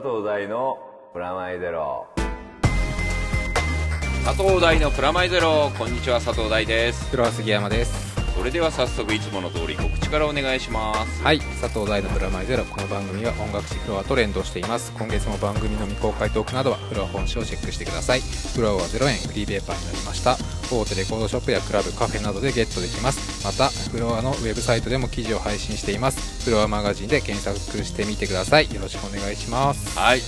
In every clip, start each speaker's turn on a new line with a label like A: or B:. A: 藤大のプラマイゼロ。
B: 佐藤大のプラマイゼロこんにちは佐藤大です
C: 黒杉山です
B: それでは早速いつもの通り告知からお願いします
C: はい佐藤大のプラマイゼロこの番組は音楽誌フロアと連動しています今月も番組の未公開トークなどはフロア本誌をチェックしてくださいフロアは0円フリーペーパーになりました大手レコードショップやクラブカフェなどでゲットできますまたフロアのウェブサイトでも記事を配信していますフロアマガジンで検索してみてくださいよろしくお願いします
B: はい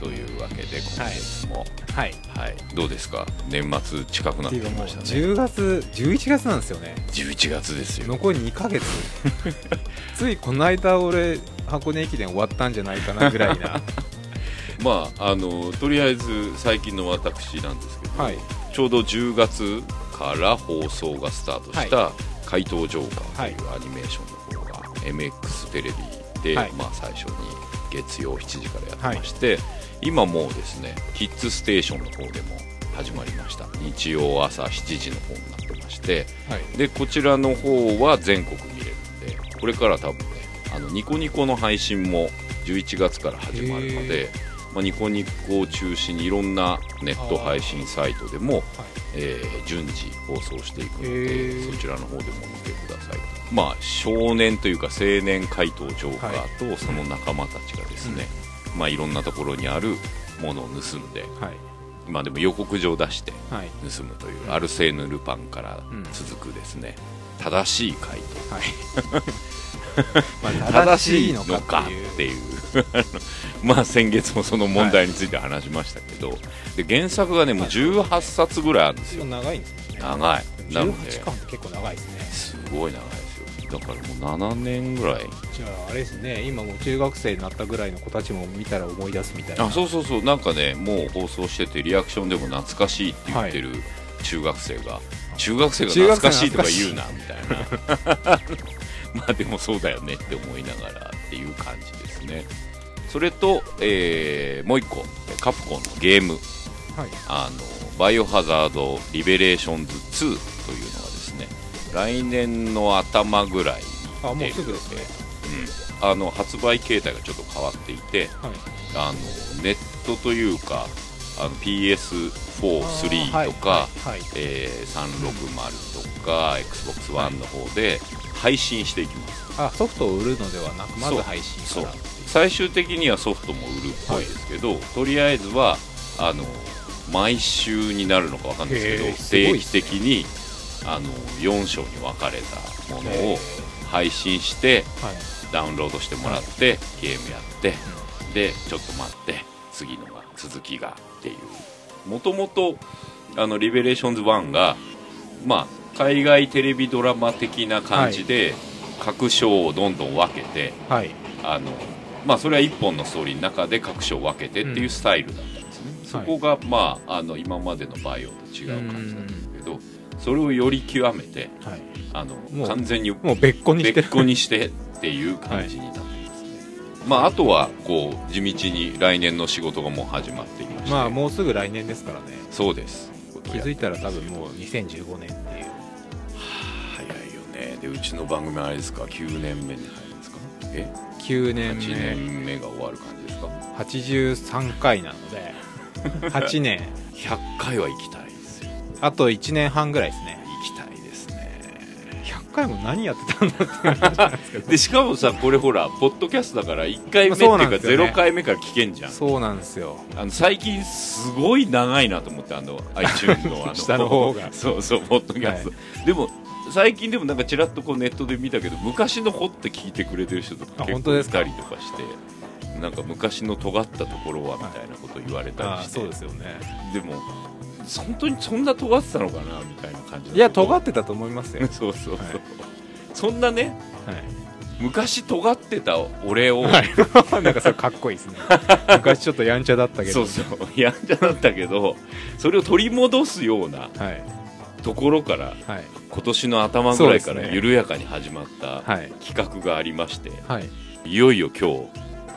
B: というわけで今月も
C: はい
B: はい、どうですか年末近くなってきましたね
C: 10月11月なんですよね
B: 11月ですよ
C: 残り2ヶ月 ついこの間俺箱根駅伝終わったんじゃないかなぐらい な
B: まああのとりあえず最近の私なんですけど、
C: はい
B: ちょうど10月から放送がスタートした「怪盗ジョーカー」というアニメーションの方が MX テレビで、
C: はい
B: まあ、最初に月曜7時からやってまして、今もうですね「キッズステーション」の方でも始まりました日曜朝7時の方になってまして
C: はい
B: でこちらの方は全国見れるんでこれから多分ねあのニコニコの配信も11月から始まるの
C: へ
B: で、まあ、ニコニコを中心にいろんなネット配信サイトでも、えー順次放送していくの
C: へ
B: で
C: ー
B: そちらの方でも見てくださいまあ少年というか青年怪盗ジョーカーとその仲間たちがですね、まあ、いろんなところにあるものを盗んで
C: はい
B: まあでも予告状を出して
C: はい
B: 盗むというアルセーヌ・ルパンから続くですね、正しい回答
C: はい、
B: 正しいのかっていう まあ先月もその問題について話しましたけど、で原作がねもう18冊ぐらいあるんですよ
C: 長いんですよね
B: 長いなので
C: 18巻って結構長いですね
B: すごい長いですよだからもう7年ぐらい
C: じゃああれですね今もう中学生になったぐらいの子たちも見たら思い出すみたいな
B: あそうそうそうなんかねもう放送しててリアクションでも懐かしいって言ってる中学生が、中学生が懐かしいとか言うなみたいな まあでもそうだよねって思いながらっていう感じですねそれと、えーもう一個カプコンのゲーム
C: はい
B: あのバイオハザードリベレーションズ2というのがですね来年の頭ぐらい
C: あ
B: に
C: もう
B: 出る
C: すぐです
B: の
C: ね
B: でうんあの発売形態がちょっと変わっていて、
C: はい
B: あのネットというかあの PS43 とか、
C: はいはい
B: えー360とか XBOX ONE の方で配信していきます、
C: あソフトを売るのではなくまず
B: そう
C: 配信
B: そう
C: から
B: 最終的にはソフトも売るっぽいですけど、とりあえずはあの毎週になるのかわかんない
C: へ
B: で
C: ー
B: す
C: す
B: けど
C: ごい
B: 定
C: っ
B: 期
C: すね
B: 的にあの4章に分かれたもの
C: へ
B: を配信して
C: はい
B: ダウンロードしてもらって、ゲームやって、でちょっと待って次のが続きがっていうもともと「あのリベレーションズ1が」まあ、海外テレビドラマ的な感じで、各章をどんどん分けて
C: はい
B: あの、まあ、それは一本のストーリーの中で各章を分けてっていうスタイルだったんですね、そこが、まあ、あの今までのバイオと違う感じなんですけど、それをより極めて
C: はい
B: あの
C: もう
B: 完全に
C: もう別個にしてる
B: 別個にしてっていう感じになってますね、まああとはこう地道に来年の仕事がもう始まっていまし て、
C: まあもうすぐ来年ですからね
B: そうです
C: 気づいたら多分もう2015年っていう
B: 早いよねでうちの番組あれですか9年目に入るんですかえ
C: 9年
B: 8
C: 目
B: 年目が終わる感じですか
C: 83回なの で8年
B: 100回は行きたいですよ
C: あと1年半ぐらいですね
B: 行きたいですね
C: 100回も何やってたんだっていう話なんですけ ど
B: でしかもさこれほらポッドキャストだから1回目ってい
C: そうう
B: か
C: なんですよね
B: 0回目から聞けんじゃん
C: そうなんですよ
B: あの最近すごい長いなと思ってあの iTunes のあの
C: 下の方が
B: そうそうポッドキャスト、
C: は
B: でも最近でもなんかちらっとこうネットで見たけど昔の「ほ」って聞いてくれてる人とか
C: あ
B: 結
C: 本
B: 構
C: 当
B: い
C: ですか
B: たりとかしてなんか昔の尖ったところはみたいなこと言われたり
C: あ
B: して、
C: そうですよね
B: でも本当にそんな尖ってたのかなみたいな感じ
C: いや尖
B: っ
C: ってたと思いますよ
B: そうそうそう、
C: はい
B: そんなね
C: はい
B: 昔尖ってた俺を、
C: なんかそれかっこいい ですね昔ちょっとやんちゃだったけ
B: そ
C: ど
B: うそうやんちゃだったけどそれを取り戻すような
C: はい
B: ところから
C: はい
B: 今年の頭ぐらいか
C: そうで
B: ら
C: すね
B: 緩やかに始まった
C: はい
B: 企画がありまして、
C: はい
B: いよいよ今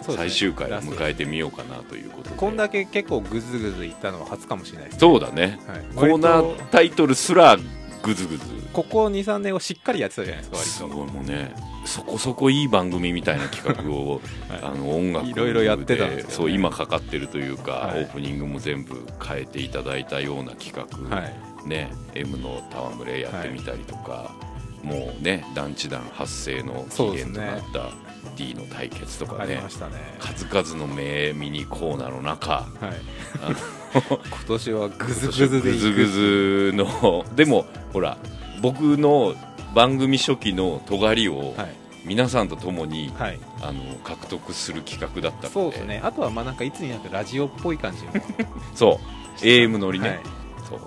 C: そうですね
B: 日最終回を
C: ラスト
B: 迎えてみようかなということで
C: こんだけ結構グズグズいったのは初かもしれないですね
B: そうだね
C: はい
B: コーナータイトルすらぐずぐず
C: ここ23年をしっかりやってたじゃないですか割と
B: すごいもうねそこそこいい番組みたいな企画 を、あの音楽で
C: いろいろやってたんですよね
B: そう今かかってるというか、
C: はい
B: オープニングも全部変えていただいたような企画、
C: はい
B: ね M の戯れやってみたりとか、もうね団地団発生の起源となった D の対決と
C: あ
B: か
C: り
B: ね
C: ましたね
B: 数々の名ミニコーナーの中
C: はい
B: あの
C: 今年はグズグズで
B: グ
C: い
B: ズ
C: く
B: グズのでもほら僕の番組初期の尖りを
C: はい
B: 皆さんと共に、
C: はい
B: あの獲得する企画だったので
C: そうですねあとはまあなんかいつになくラジオっぽい感じも
B: そう AM 乗りね、
C: はい
B: そう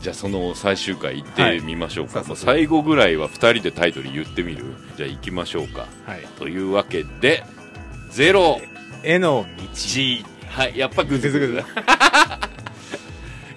B: じゃあその最終回行ってみましょうか、
C: はい
B: もう最後ぐらいは2人でタイトル言ってみるじゃあ行きましょうか
C: はい
B: というわけで「ゼロ
C: 絵の
B: 1はいやっぱグズグズ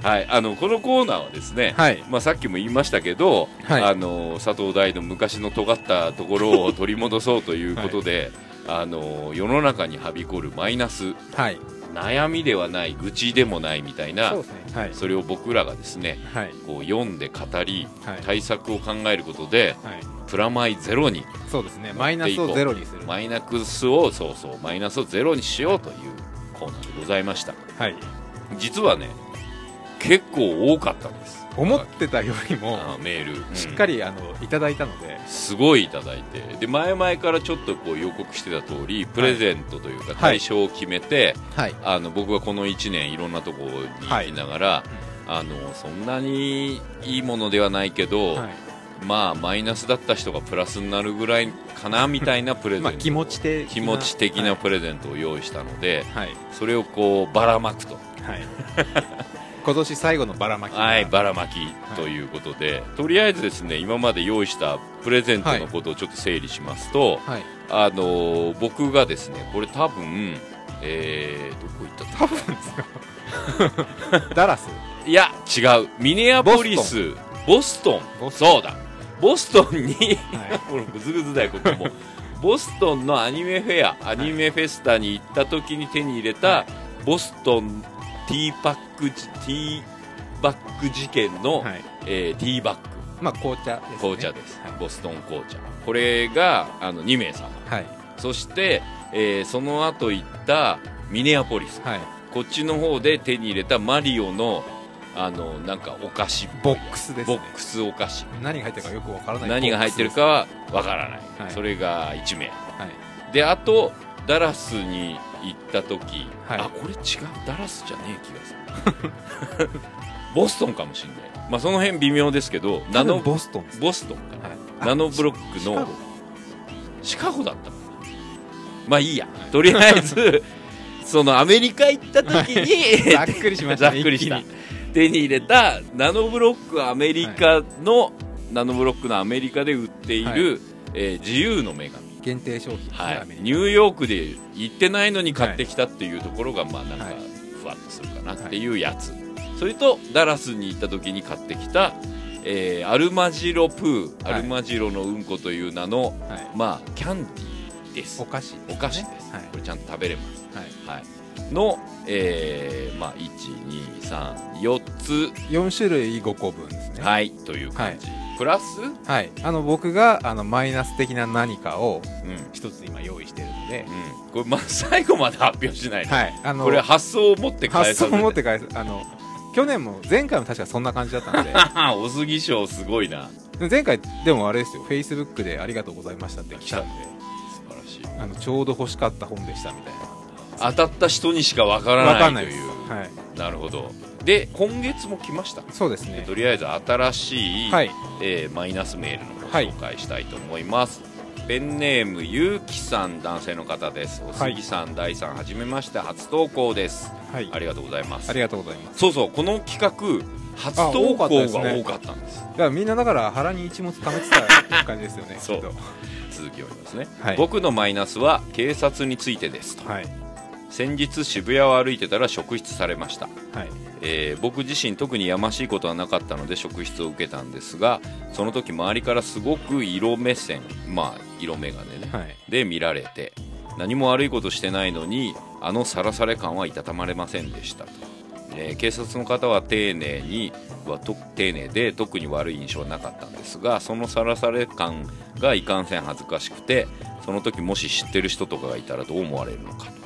B: はいあのこのコーナーはですね、
C: はい
B: まあ、さっきも言いましたけど、
C: はい
B: あの佐藤大の昔の尖ったところを取り戻そうということで、あの世の中にはびこるマイナス
C: はい
B: 悩みではない愚痴でもないみたいな
C: そう
B: そ
C: ですねはい
B: れを僕らがですね
C: はい
B: こう読んで語り、
C: はい
B: 対策を考えることで
C: はい
B: プラマイゼロに
C: そうですねマイナスをゼロにするは
B: マイナスをそうそうマイナスをゼロにしようというコーナーでございました
C: い
B: 実はね結構多かったんです
C: 思ってたよりも
B: あメール、うん
C: しっかりあのいただいたのです
B: ごいいただいてで前々からちょっとこう予告してた通りプレゼントというか
C: はい
B: 対象を決めて、
C: はい
B: あの僕はこの1年いろんなところに行きながら、あのそんなにいいものではないけど、
C: はい
B: まあマイナスだった人がプラスになるぐらいかなみたいなプレゼ ン
C: ま
B: ト、
C: あ気持ち的な
B: 気持ち的なプレゼントを用意したので、
C: はい
B: それをこうばらまくと
C: はい 今年最後のばらまき
B: はい、ばらまきということで、とりあえずですね今まで用意したプレゼントのことをちょっと整理しますと、
C: はい
B: あのー僕がですねこれ多分、えーどこ行った
C: 多分ですかダラス
B: いや違うミネアポリスボストン
C: ボストン
B: そうだボストンに
C: はい
B: これグズグズだよここ もボストンのアニメフェアアニメフェスタに行った時に手に入れた、
C: は
B: ボストンティーパックじティーバック事件の、
C: はい
B: えーティーバッグ
C: まあ紅茶ですね
B: 紅茶です、
C: はい
B: ボストン紅茶これがあの2名様
C: はい
B: そして、えーその後行ったミネアポリス、
C: はい
B: こっちの方で手に入れたマリオのあのなんかお菓子っぽい
C: ボックスです
B: ボ
C: ね
B: ックスお菓子
C: 何が入ってるかよくわからない
B: 何が入ってるか
C: は
B: はわからない、
C: はい
B: それが1名
C: い
B: であとダラスに行った時、
C: はい
B: あこれ違うダラスじゃねえ気がする ボストンかもしんない、まあ、その辺微妙ですけどナ
C: 多
B: ノ
C: 分ボストンです
B: ボストンかな、
C: はいあ
B: ナノブロック
C: シカ
B: の
C: ゴ
B: シカゴだったのまあいいや、とりあえず そのアメリカ行った時に
C: ざっくりしましたね
B: ざっくりした
C: 一気に
B: 手に入れたナノブロックアメリカの、ナノブロックのアメリカで売っている、
C: はい
B: えー自由の女神、
C: 限定商品
B: は
C: ア
B: い
C: メ、リ
B: ニューヨークで行ってないのに買ってきたっていうところが、まあなんか
C: はい
B: ふわっとするかなっていうやつ、それとダラスに行った時に買ってきた、えーアルマジロプー、
C: はい
B: アルマジロのうんこという名の
C: カはい
B: まあキャンディーです
C: お菓子
B: お菓子です、
C: はい
B: これちゃんと食べれます、
C: はい
B: はい、の、えーまあ、1234つ、
C: 4種類5個分ですねはい、
B: はいという感じ、プラス、うん
C: あの僕があのマイナス的な何かを一つ今用意してるので、
B: うん、これ、ま、最後まで発表しないの、
C: はいあの
B: これ発想を持って返
C: 発
B: さ
C: 想
B: せ
C: を持って返すあの去年も前回も確かそんな感じだったの で
B: お杉賞すごいな
C: でも前回でもあれですよフェイスブックで「ありがとうございました」って来たんで
B: 素晴らしい
C: あのちょうど欲しかった本でしたみたい
B: 当たった人にしかわか
C: なわ
B: ら
C: かん
B: な
C: ない
B: いと
C: です
B: いう
C: はい
B: なるほどで今月も来ました
C: そうですね
B: とりあえず新しい、
C: はい
B: えーマイナスメールの方を紹介したいと思います、ペンネームゆうきさん男性の方ですおすぎさん、大さんはじめまして初投稿です
C: はい
B: ありがとうございます
C: ありがとうございます
B: そうそうこの企画初投稿が多かったんです
C: だからみんなだから腹に一物溜めてた感じですよね
B: そう
C: きっ
B: 続きを読みますね、
C: はい
B: 僕のマイナスは警察についてですと
C: とはい
B: 先日渋谷を歩いてたら職質されました
C: はい
B: えー僕自身特にやましいことはなかったので職質を受けたんですがその時周りからすごく色目線まあ色眼鏡ね、
C: はい
B: で見られて何も悪いことしてないのにあのさらされ感はいたたまれませんでしたとえー警察の方は丁寧にはと丁寧で特に悪い印象はなかったんですがそのさらされ感がいかんせん恥ずかしくてその時もし知ってる人とかがいたらどう思われるのかと、え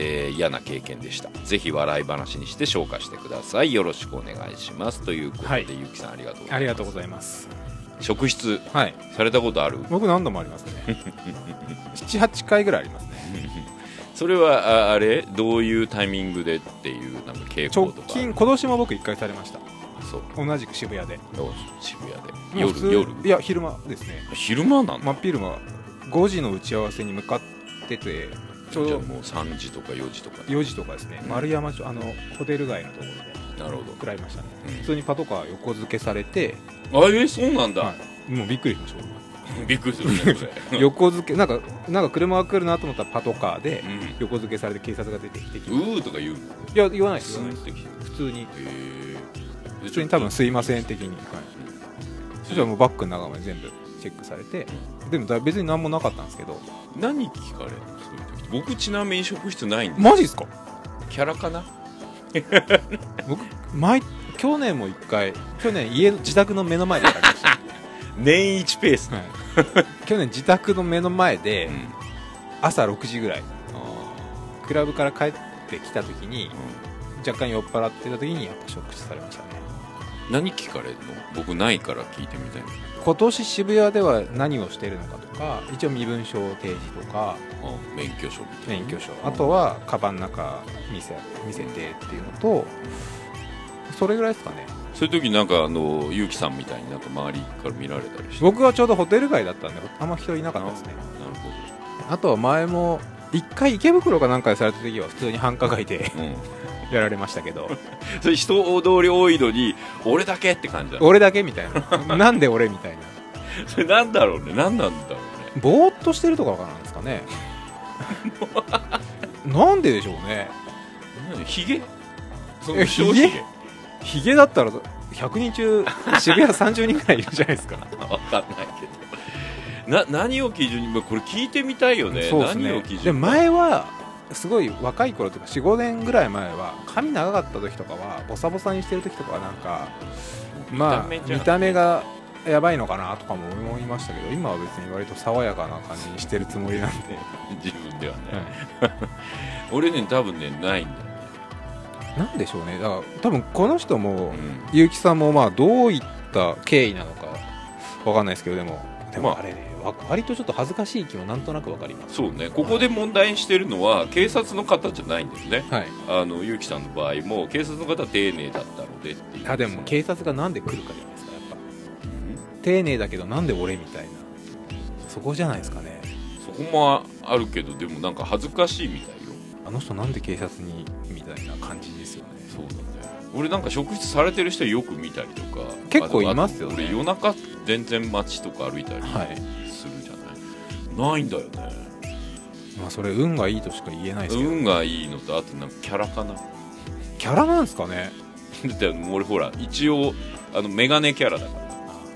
B: ー嫌な経験でしたぜひ笑い話にして紹介してくださいよろしくお願いしますということで、
C: はい
B: ゆきさんありがとうございます
C: ありがとうございます
B: 職質
C: はい
B: されたことある
C: 僕何度もあります ね78回ぐらいありますね
B: それはああれどういうタイミングでっていうなんか傾向
C: 直
B: とか
C: 近今年も僕1回されました
B: そう
C: 同じく渋谷で
B: 渋
C: もう
B: 谷
C: 普
B: で
C: 通
B: 夜
C: い
B: 夜
C: や昼間ですね
B: 昼間なんだ
C: 真っ昼間5時の打ち合わせに向かっててちょう
B: じゃあ
C: ど
B: もう3時とか4時とかね
C: 4時とかですね、
B: うん
C: 丸山町あのホテル街のところで
B: なるほど
C: 食らいましたね、
B: うん
C: 普通にパトカー横付けされて、
B: あえそうなんだ、
C: はいもうびっくりしました
B: びっくり するねこ
C: 僕
B: れ
C: 横付けなんかなんか車が来るなと思ったらパトカーで
B: う
C: 横付けされて警察が出てきてきて、
B: ん
C: いう
B: ーとか言う
C: や言わないです
B: ス
C: 言わ
B: ン
C: ない
B: ってきて
C: 普通に
B: へえ
C: 普通に多分すいません的に、はい、そしたらもうバッグの中まで全部チェックされてでもだ別に何もなかったんですけど
B: 何聞かれるのそういう時僕ちなみに職質ないんで
C: マジですか
B: キャラかな
C: 僕毎去年も1回去年家の自宅の目の前でやられました、
B: 年一ペース、
C: はい、去年自宅の目の前で
B: うん
C: 朝6時ぐらい
B: あ
C: クラブから帰ってきた時に
B: ーうん
C: 若干酔っ払ってた時にやっぱ食事されましたね
B: 何聞かれるの僕ないから聞いてみたいな
C: 今年渋谷では何をしてるのかとか一応身分証提示とか
B: あ免許証みたい
C: 免
B: な
C: 許証あとはカバンの中見せ見せてっていうのとそれぐらいですかね
B: そういう時なんかあの結城さんみたいになんか周りから見られたりして
C: 僕はちょうどホテル街だったんであんま人いなかったですね
B: なるほ
C: あとは前も一回池袋かなんかでされた時は普通に繁華街で
B: ど、うん、
C: やられましたけど
B: それ人通り多いのに俺だけって感じだ
C: 俺だけみたいななんで俺みたいな
B: それなんだろうねなんなんだろうね
C: ぼーっとしてるとかなんですかねなんででしょうね
B: 何ヒゲそ
C: え
B: の
C: ヒゲ
B: 白ひげ
C: ヒゲだったら100人中渋谷30人ぐらいいるじゃないですか
B: わかんないけどな何を基準にまあこれ聞いてみたいよね
C: そうです
B: 何を
C: ね
B: 基準に
C: で前はすごい若い頃というか45年ぐらい前は髪長かった時とかはボサボサにしてる時とかはなんかまあ
B: 見た目じゃん
C: 見た目がやばいのかなとかも思いましたけど今は別に割と爽やかな感じにしてるつもりなん で、
B: 自分ではね、 俺ね多分ねないんだよね、
C: なんでしょうねだから多分この人も
B: うん
C: 結城さんもまあどういった経緯なのかわかんないですけどでもで
B: ま
C: も
B: あ
C: あれね、わ割とちょっと恥ずかしい気もなんとなくわかります
B: そうねここで問題にしてるのは警察の方じゃないんですね
C: はい
B: あの結城さんの場合も警察の方は丁寧だったのでっていう
C: あでも警察がなんで来るかじゃないですかやっぱ丁寧だけどなんで俺みたいなそこじゃないですかね
B: そこもあるけどでもなんか恥ずかしいみたいよ
C: あの人なんで警察にみたいな感じですよね
B: そうだね俺なんか職質されてる人よく見たりとか
C: 結構いますよね
B: あとあと俺夜中全然街とか歩いたり
C: はい
B: するじゃない、ないんだよね
C: まあそれ運がいいとしか言えないですけど、
B: 運がいいのとあとなんかキャラかな だ
C: キャラなんですかね
B: って俺ほら一応あのメガネキャラだから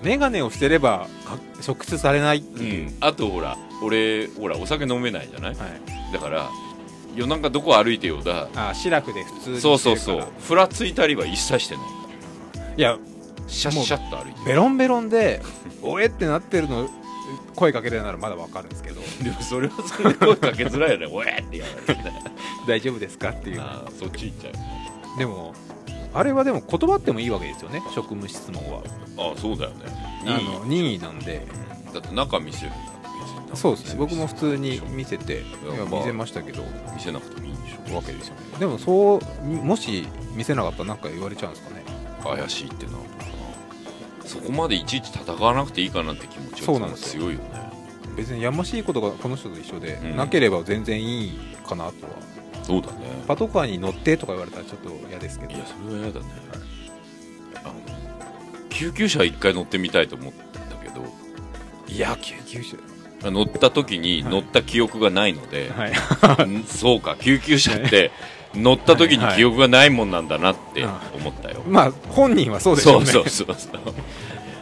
C: 眼鏡をしてればか職質されない、
B: うん、あとほら俺ほらお酒飲めないじゃない
C: はい、
B: だから夜中どこ歩いてようだ
C: あシラフで普通にしてるか
B: そ
C: ら
B: うそうそうふらついたりは一切してない
C: いや
B: シャッシャッと歩いて
C: ベ
B: る
C: ロンベロンで 「おえ!」ってなってるの声かけるならまだわかるんですけど
B: でもそれはそれで声かけづらいよねおえってやられてね
C: 「大丈夫ですか?」っていう
B: あーそっち行っちゃう
C: でもあれはでも断ってもいいわけですよね職務質問は
B: ああそうだよね
C: あの任意なんで
B: いいだって中見せるんだ別に
C: そうですね僕も普通に
B: 見
C: 見せてい
B: や
C: や
B: まあ
C: 見せましたけど
B: せなくてもいいんでしょ
C: わけですよねでもそうもし見せなかったら何か言われちゃうんですかね
B: 怪しいってなるのかなそこまでいちいち戦わなくていいかなって気持ち
C: そうな
B: が
C: んですよ
B: 強いよね
C: 別にやましいことがこの人と一緒で、
B: うん
C: なければ全然いいかなとは
B: そうだね
C: パトカーに乗ってとか言われたらちょっと嫌ですけど
B: いやそれは嫌だね、あの救急車一回乗ってみたいと思ったんだけど
C: いや救急車
B: 乗った時に
C: はい
B: 乗った記憶がないので、
C: はい
B: ん そうか救急車って乗った時に記憶がないもんなんだなって思ったよ、
C: まあ本人はそうです
B: そ
C: よ
B: う
C: ね
B: そうそうそう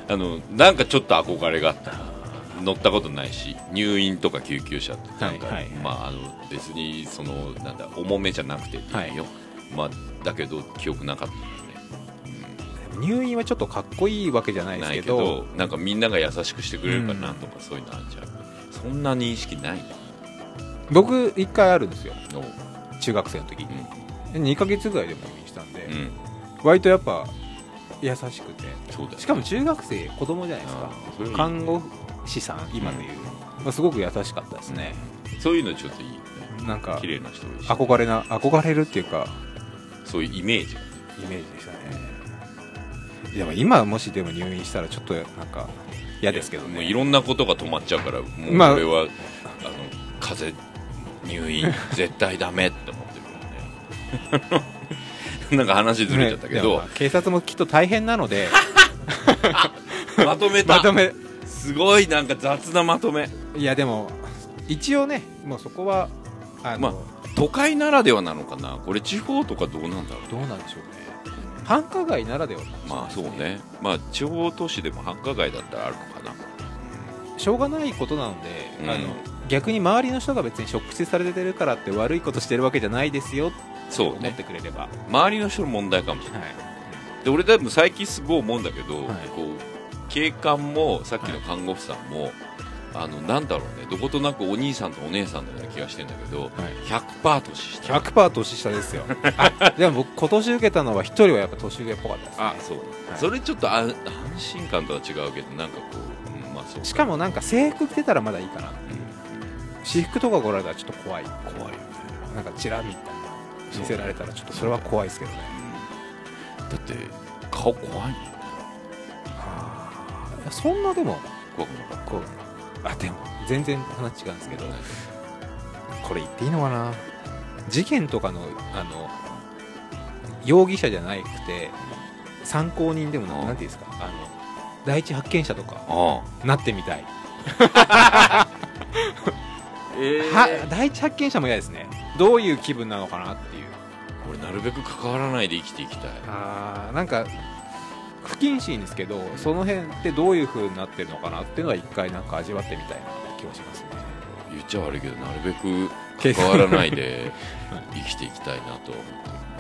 B: あのなんかちょっと憧れがあった乗ったことないし入院とか救急車ってなんか、
C: はいはいはい
B: まあ、あの別にそのなんだ重めじゃなくていいよ、
C: はい
B: まあだけど記憶なかった
C: 入院はちょっとかっこいいわけじゃない
B: ね
C: で
B: な
C: すけ
B: いけど
C: ど
B: なんかみんなが優しくしてくれるかなとか、そういうのあるじゃんそんな認識ない
C: 僕1回あるんですよ
B: の
C: 中学生の時
B: うん
C: 2ヶ月ぐらいでも入院したんで、
B: うん
C: 割とやっぱ優しくて
B: そうだよ
C: しかも中学生子供じゃないですか
B: それいい
C: 看護師さん今でいう、まあ、すごく優しかったですね、
B: そういうのちょっといいよね
C: なんか
B: 綺麗な人多いし
C: 憧れな憧れるっていうか
B: そういうイメージ
C: イメージでしたねでも今もしでも入院したらちょっとなんか嫌ですけど
B: もう
C: ね
B: いろんなことが止まっちゃうからもう
C: まあ
B: 俺は、あ、の風邪入院絶対ダメって思ってるからね なんか話ずれちゃったけ
C: ねで
B: ど、
C: もまあ警察もきっと大変なの で
B: まとめた
C: まとめ
B: すごいなんか雑なまとめ
C: いやでも一応ねもうそこはあの、
B: まあ都会ならではなのかなこれ地方とかどうなんだろう
C: どうなんでしょうね繁華街ならではなんでしょ
B: まあそうねまあ地方都市でも繁華街だったらあるのかな
C: しょうがないことなので、
B: うん
C: あの逆に周りの人が別に職質されてるからって悪いことしてるわけじゃないですよって
B: そう
C: 思っ
B: ね
C: てくれれば、
B: 周りの人の問題かもしれない
C: はい
B: で俺多分最近すごい思うんだけど、
C: はい
B: こう警官もさっきの看護婦さんも、あのなんだろうねどことなくお兄さんとお姉さんのような気がしてんだけど、100%年下
C: 100%年下 ですよあでも僕今年受けたのは1人はやっぱ年上っぽかったですね
B: あそう、
C: はい
B: それちょっとあ安心感とは違うけどなんかこう、うんまあそう
C: しかもなんか制服着てたらまだいいかな私服とか来られたらちょっと怖い
B: うん怖いよね、
C: なんかチラ見たいな見せられたらちょっとそれは怖いですけどね
B: うんだって顔怖い
C: い
B: の
C: やそんなでも
B: 怖くなかっ
C: こうあでも全然話違うんですけ
B: たけ
C: ど
B: どね
C: これ言っていいのかな事件とかのあの容疑者じゃなくて参考人でもな
B: うん
C: なんていうんですかあの第一発見者とか
B: あ
C: なってみたい、
B: あえ
C: は第一発見者も嫌ですねどういう気分なのかなっていう
B: 俺なるべく関わらないで生きていきたい
C: あーなんか不謹慎ですけどその辺ってどういう風になってるのかなっていうのは一回なんか味わってみたいな気はしますね
B: 言っちゃ悪いけどなるべく関わらないで生きていきたいなとは思ってる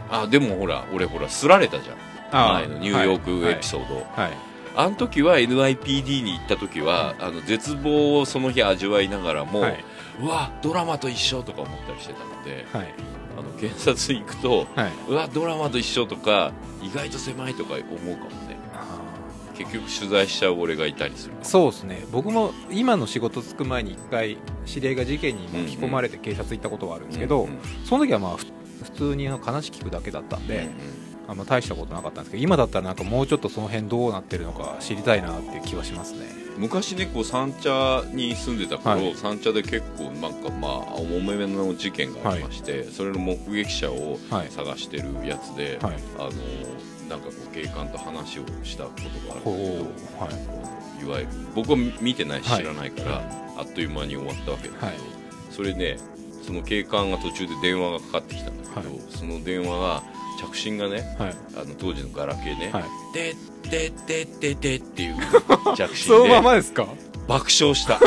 B: あでもほら俺ほらすられたじゃん前のニューヨークエピソード、
C: ードはい、はい
B: あの時は NYPD に行った時は、あの絶望をその日味わいながらも、
C: はいう
B: わドラマと一緒とか思ったりしてたので
C: はい
B: あの検察に行くと
C: はい、
B: うわドラマと一緒とか意外と狭いとか思うかもね結局取材しちゃう俺がいたりする
C: そうですね僕も今の仕事つく前に一回知り合いが事件に巻き込まれて警察行ったことがあるんですけど、
B: うんうん
C: その時はまあふ普通にあの話聞くだけだったんで、あんま大したことなかったんですけど今だったらなんかもうちょっとその辺どうなってるのか知りたいなっていう気はしますね
B: 昔ねこう三茶に住んでた
C: は
B: 頃、
C: い
B: 三茶で結構なんかまあ重めの事件がありまして、それの目撃者を
C: はい
B: 探してるやつで、
C: はい
B: あのなんかこう警官と話をしたことがあるん
C: ほう
B: だ
C: はい
B: けどいわゆる僕は見てないし
C: はい
B: 知らないから、あっという間に終わったわけだけど、
C: はい
B: それねその警官が途中で電話がかかってきたんだけど、
C: はい
B: その電話が着信がね
C: はい
B: あの当時のガラケーね
C: はい
B: 「ででででで」っ ていう着信
C: そ
B: で
C: のままですか
B: 爆笑した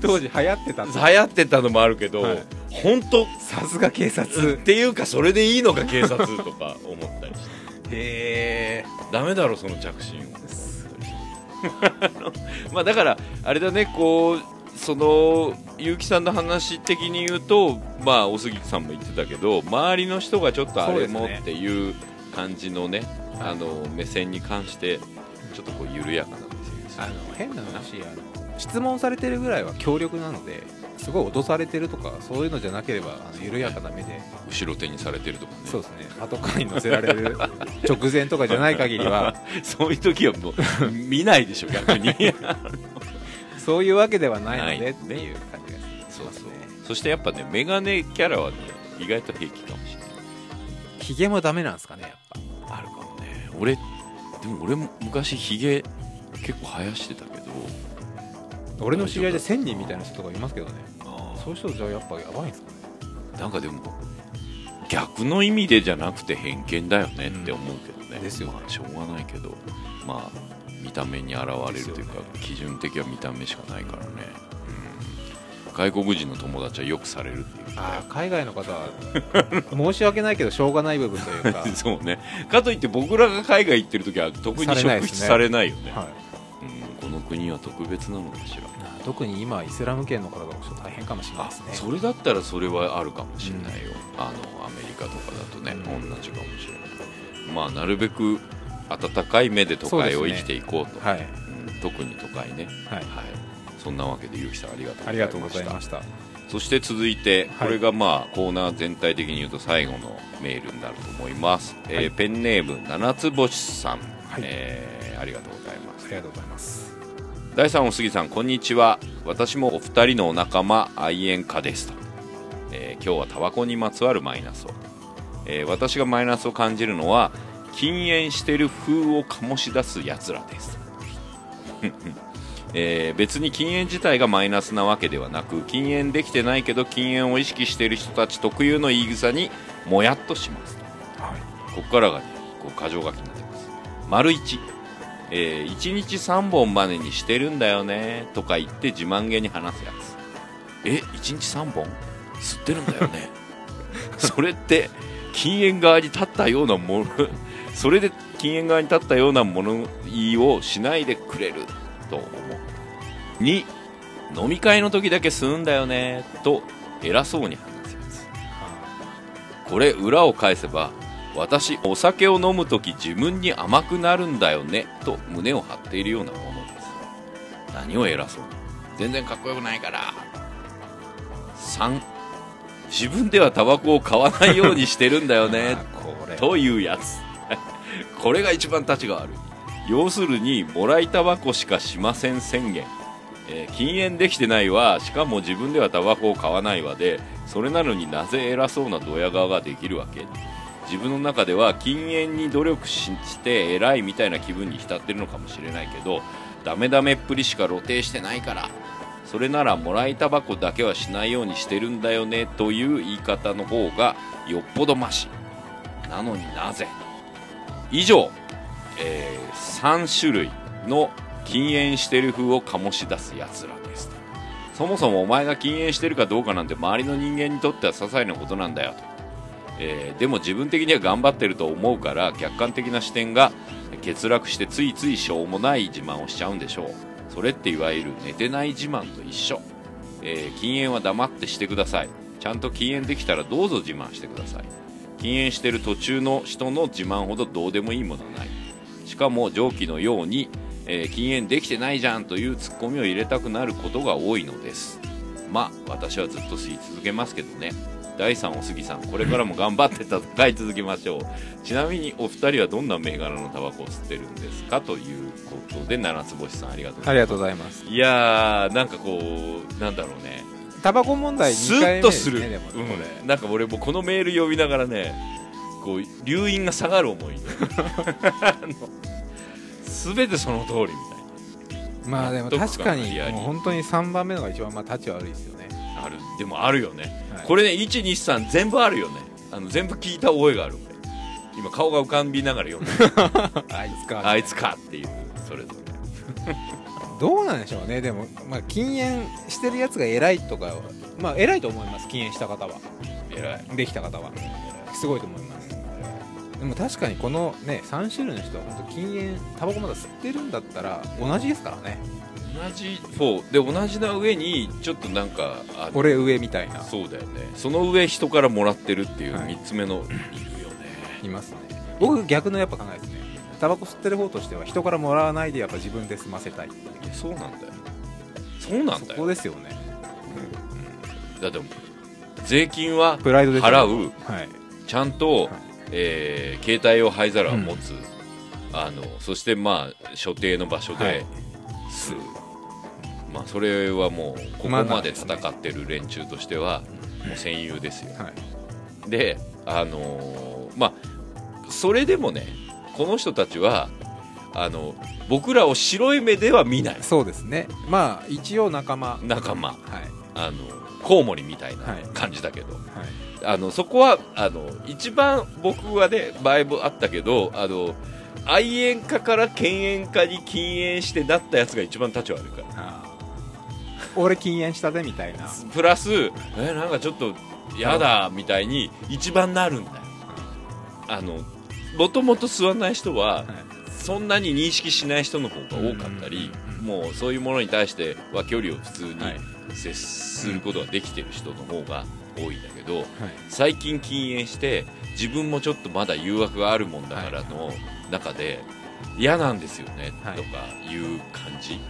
C: 当時流行ってた
B: 流行ってたのもあるけど、
C: はい
B: 本当
C: さすが警
B: っ
C: 察
B: ていうかそれでいいのか警察とか思ったりして
C: へえ
B: ダメだろその着信音まあだからあれだねこうその結城さんの話的に言うとまあお杉さんも言ってたけど周りの人がちょっとあれ
C: そ
B: も
C: うですね
B: っていう感じのねあの目線に関してちょっとこう緩やかなんですよ
C: あの変な話あの質問されてるぐらいは強力なのですごい脅されてるとかそういうのじゃなければあの緩やかな目で
B: 後ろ手にされてるとかね
C: そうですねパトカーに乗せられる 直前とかじゃない限りは
B: そういう時はもう 見ないでしょ逆に
C: そういうわけではないの
B: な
C: で
B: い
C: っていう感じがし
B: そう
C: ます
B: そう
C: ね
B: そしてやっぱねメガネキャラはね意外と平気かもしれな
C: ヒゲもダメなんですかねやっ
B: いあるかもね俺でも俺も昔ヒゲ結構生やしてたけど
C: ぱ俺の知り合いで1000人みたいな人とかいますけどね
B: あ
C: そういう人じゃやっぱやばいんですかね
B: ーなんかでも逆の意味でじゃなくて偏見だよねって思うけどね、
C: うんですよね
B: まあ、しょうがないけどまあ見た目に現れるというか、
C: で
B: 基準的は見た目しかないからね、外国人の友達はよくされるっていう聞いたよ
C: あー海外の方は申し訳ないけどしょうがない部分と いうか
B: そうねかといって僕らが海外行ってる時は特に
C: されない
B: 職
C: です
B: 質
C: ね
B: されないよね
C: はい
B: うん、この国は特別なのかしら、
C: 特に今イスラム圏の方が大変かもしれない
B: あ
C: ですね
B: それだったらそれはあるかもしれないよ、あのアメリカとかだとね、
C: うん
B: 同じかもしれないまあなるべく温かい目で都会
C: そう
B: を
C: ですね
B: 生きていこうと
C: はい、
B: うん特に都会ね
C: はい、
B: はいそんなわけでゆうきさんありがとう
C: ありがとうございま
B: し
C: した
B: たそして続いて
C: は
B: こ
C: い
B: れがまあコーナー全体的に言うと最後のメールになると思います、
C: は
B: え
C: い
B: ーペンネーム七つ星さん、
C: はい
B: えーありがとうございます
C: ありがとうございます
B: 第三お杉さんこんにちは私もお二人のお仲間愛煙家ですと、えー今日はタバコにまつわるマイナスを、えー私がマイナスを感じるのは禁煙してる風を醸し出すやつらです、 えー別に禁煙自体がマイナスなわけではなく禁煙できてないけど禁煙を意識している人たち特有の言い草にもやっとします
C: はい
B: ここからが、こう箇条書きになってます丸1えー、1日3本までにしてるんだよねとか言って自慢げに話すやつえ1日3本吸ってるんだよねそれって禁煙側に立ったようなものそれで禁煙側に立ったような物言いをしないでくれると思う2飲み会の時だけ吸うんだよねと偉そうに話すやつこれ裏を返せば私お酒を飲む時自分に甘くなるんだよねと胸を張っているようなものです何を偉そうに全然かっこよくないから3自分ではタバコを買わないようにしてるんだよね
C: これ
B: というやつ これが一番立ちが悪い要するにもらいタバコしかしません宣言、えー禁煙できてないわしかも自分ではタバコを買わないわでそれなのになぜ偉そうなドヤ顔ができるわけ自分の中では禁煙に努力しして偉いみたいな気分に浸ってるのかもしれないけどダメダメっぷりしか露呈してないからそれならもらいタバコだけはしないようにしてるんだよねという言い方の方がよっぽどマシなのになぜ以上、え3種類の禁煙してる風を醸し出すやつらですとそもそもお前が禁煙してるかどうかなんて周りの人間にとっては些細なことなんだよと、えーでも自分的には頑張ってると思うから客観的な視点が欠落してついついしょうもない自慢をしちゃうんでしょうそれっていわゆる寝てない自慢と一緒、えー禁煙は黙ってしてくださいちゃんと禁煙できたらどうぞ自慢してください禁煙してる途中の人の自慢ほどどうでもいいものはないしかも上記のように、えー禁煙できてないじゃんというツッコミを入れたくなることが多いのですまあ私はずっと吸い続けますけどね第3お杉さんこれからも頑張って戦い続けましょうちなみにお二人はどんな銘柄のタバコを吸ってるんですかということで七つ星さんありがとうござ
C: あ
B: い
C: り
B: ま
C: がとうございます
B: すいやーなんかこうなんだろうね
C: タバコ問題
B: ス
C: 2回目
B: ーッとする、
C: でねでもねこれ
B: うんなんか俺もこのメール読みながらねこう留飲が下がる 思いあの全てその通りみたい
C: まあでも
B: 納得
C: 確か
B: 感
C: に
B: リアに
C: もう本当に3番目のが一番まあ立ち悪いですよね、
B: なあるでもあるよね、
C: はい
B: これね123全部あるよねあの全部聞いた覚えがある俺今顔が浮かんびながら読む
C: あいつか
B: あいつかっていうそれぞれ
C: どうなんでしょうねでも、まあ、禁煙してるやつが偉いとかはまあ偉いと思います禁煙した方は
B: 偉い
C: できた方はすごいと思いますでも確かにこのね3種類の人は本当禁煙タバコまだ吸ってるんだったら同じですからね
B: 同じそうで同じな上にちょっとなんかあの
C: 俺上みたいな
B: そうだよねその上人からもらってるっていう
C: はい
B: 3つ目の、い、るよね
C: いますね僕逆のやっぱ考えですねタバコ吸ってる方としては人からもらわないでやっぱ自分で済ませたいっていう
B: いやそうなんだよそうなん
C: そ
B: だ
C: こ
B: よ
C: ですよね
B: だって税金は
C: プライドですよ
B: 払う
C: はい
B: ちゃんと、
C: はい
B: えー携帯を灰皿を持つ、あのそしてまあ所定の場所
C: は
B: で
C: い
B: 吸う、まあそれはもうここ
C: マナ
B: ま
C: ー
B: で
C: です
B: 戦
C: ね
B: ってる連中としてはもう戦友ですよ、
C: はい
B: であのーまあそれでもねこの人たちはあの僕らを白い目では見ない
C: そうですねまあ一応仲間
B: 仲間
C: はい
B: あのコウモリみたいな
C: はい
B: 感じだけど、
C: はい
B: あのそこはあの一番僕はね前もあったけどあの愛煙家から犬猿家に禁煙してなったやつが一番立ち悪いから
C: あ俺禁煙したぜみたいな
B: プラスえなんかちょっとやだみたいに一番なるんだよあのもともと吸わない人は、そんなに認識しない人の方が多かったり、もうそういうものに対しては距離を普通に
C: はい
B: 接することができてる人の方が多いんだけど、
C: はい
B: 最近禁煙して自分もちょっとまだ誘惑があるもんだからの中で嫌なんですよね
C: はい
B: とかいう感じ、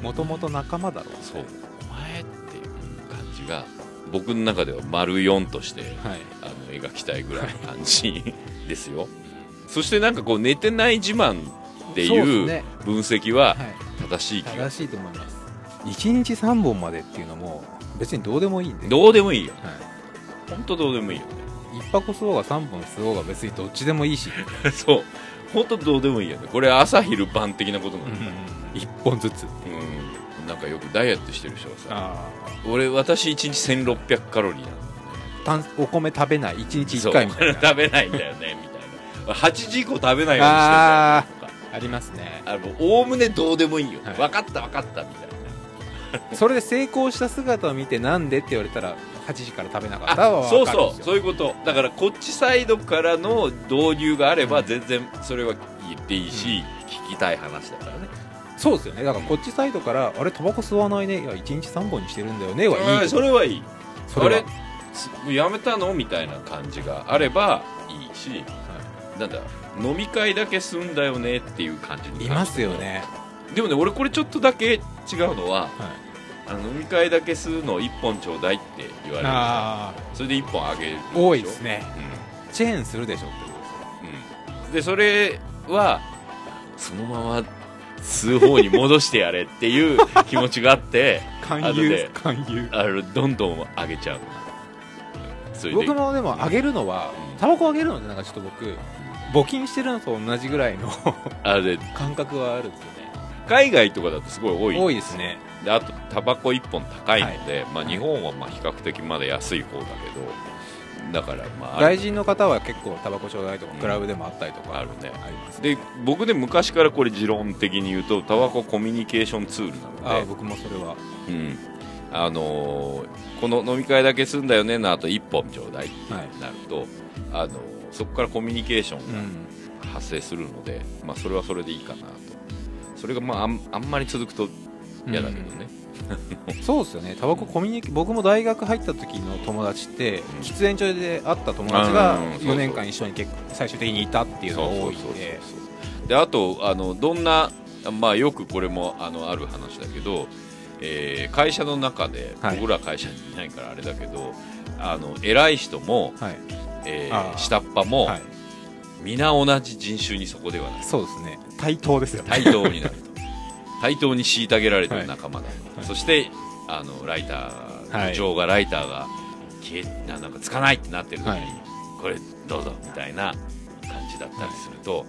C: もともと仲間だろう
B: そうお前っていう感じが僕の中では丸4として
C: はい
B: あの描きたいぐらいの感じ ですよそしてなんかこう寝てない自慢って
C: そうです
B: いう
C: ね
B: 分析は
C: はい
B: 正しい気
C: 正
B: が
C: しいと思います1日3本までっていうのも別にどうでもいいんで、
B: どうでもいいよ
C: は
B: 本当どうでもいいよ
C: い、1箱吸おうが3本吸おうが別にどっちでもいいし、
B: ね そう本当どうでもいいよねこれ朝昼晩的なことなんだ
C: 一1本ずつ
B: うんなんかよくダイエットしてる人がさ
C: あ
B: 俺私1日1600カロリーなんだ
C: お米食べない1日1回みたいな
B: そう 食べないんだよねみたいな8時以降食べないように
C: あ
B: してたとか
C: ーありますね
B: あのおおむねどうでもいいよ、
C: はい
B: 分かった分かったみたいな
C: それで成功した姿を見てなんでって言われたら8時から食べなかった
B: あ
C: は
B: そ
C: 分
B: う
C: かるん
B: そ
C: で
B: う
C: すよ
B: そういうことだからこっちサイドからの導入があれば全然それは言っていいし、聞きたい話だからね
C: そうですよねだからこっちサイドからあれタバコ吸わないねいや1日3本にしてるんだよねはいい
B: うんそれはいい
C: それは
B: あれすやめたのみたいな感じがあればいいしなんだ飲み会だけすんだよねっていう感じに
C: いますよね、
B: でもね俺これちょっとだけ違うのは
C: はい、
B: あの飲み会だけ吸うの1本ちょうだいって言われるじゃん
C: あ
B: それで1本あげるでし
C: あ
B: ょ
C: 多いですね
B: うん
C: チェーンするでしょってことですよ
B: うんでそれはそのまま吸う方に戻してやれっていう気持ちがあって
C: 勧
B: 後
C: 誘
B: で
C: 勧誘
B: あのどんどん上げちゃうそれで
C: 僕もでもあげるのは
B: うん
C: タバコあげるのってなんかちょっと僕募金してるのと同じぐらいの
B: あれ
C: 感覚はあるんですよね
B: 海外とかだとすごい多い
C: 多いですね
B: であとタバコ1本高いので、まあ、
C: はい
B: 日本はまあ比較的まだ安い方だけどだからまああ
C: 外
B: る
C: 人の方は結構タバコちょうだいとか
B: うん
C: クラブでもあったりとか
B: あるね
C: あります
B: で僕ね昔からこれ持論的に言うとタバココミュニケーションツールなので
C: ああ僕もそれは
B: うんあのーこの飲み会だけすんだよねのあと1本ちょうだいって
C: はい
B: なると、あのーそこからコミュニケーショ
C: う
B: ン
C: ん
B: が発生するので、まあ、それはそれでいいかなとそれが、まあ、あんあんまり続くと嫌だけどね、
C: そうですよねタバココミュニケ僕も大学入った時の友達って
B: うん
C: 喫煙所で会った友達が
B: うんうんそうそう
C: 4年間一緒に結構最終的にいたっていうのが多いんで
B: そうそうであとあのどんな、まあ、よくこれもあのある話だけど、えー会社の中で、
C: はい
B: 僕ら会社にいないからあれだけどあの偉い人も、
C: はい
B: えー
C: あー
B: 下っ端も、
C: はい
B: 皆同じ人種にそこではない
C: そうですね対等ですよね
B: 対等になると対等に虐げられてる仲間だ、
C: はい
B: そしてあのライタ
C: は
B: ー
C: い
B: 部長がライターが消えななんかつかないってなってる時に、
C: はい
B: これどうぞみたいな感じだったりすると、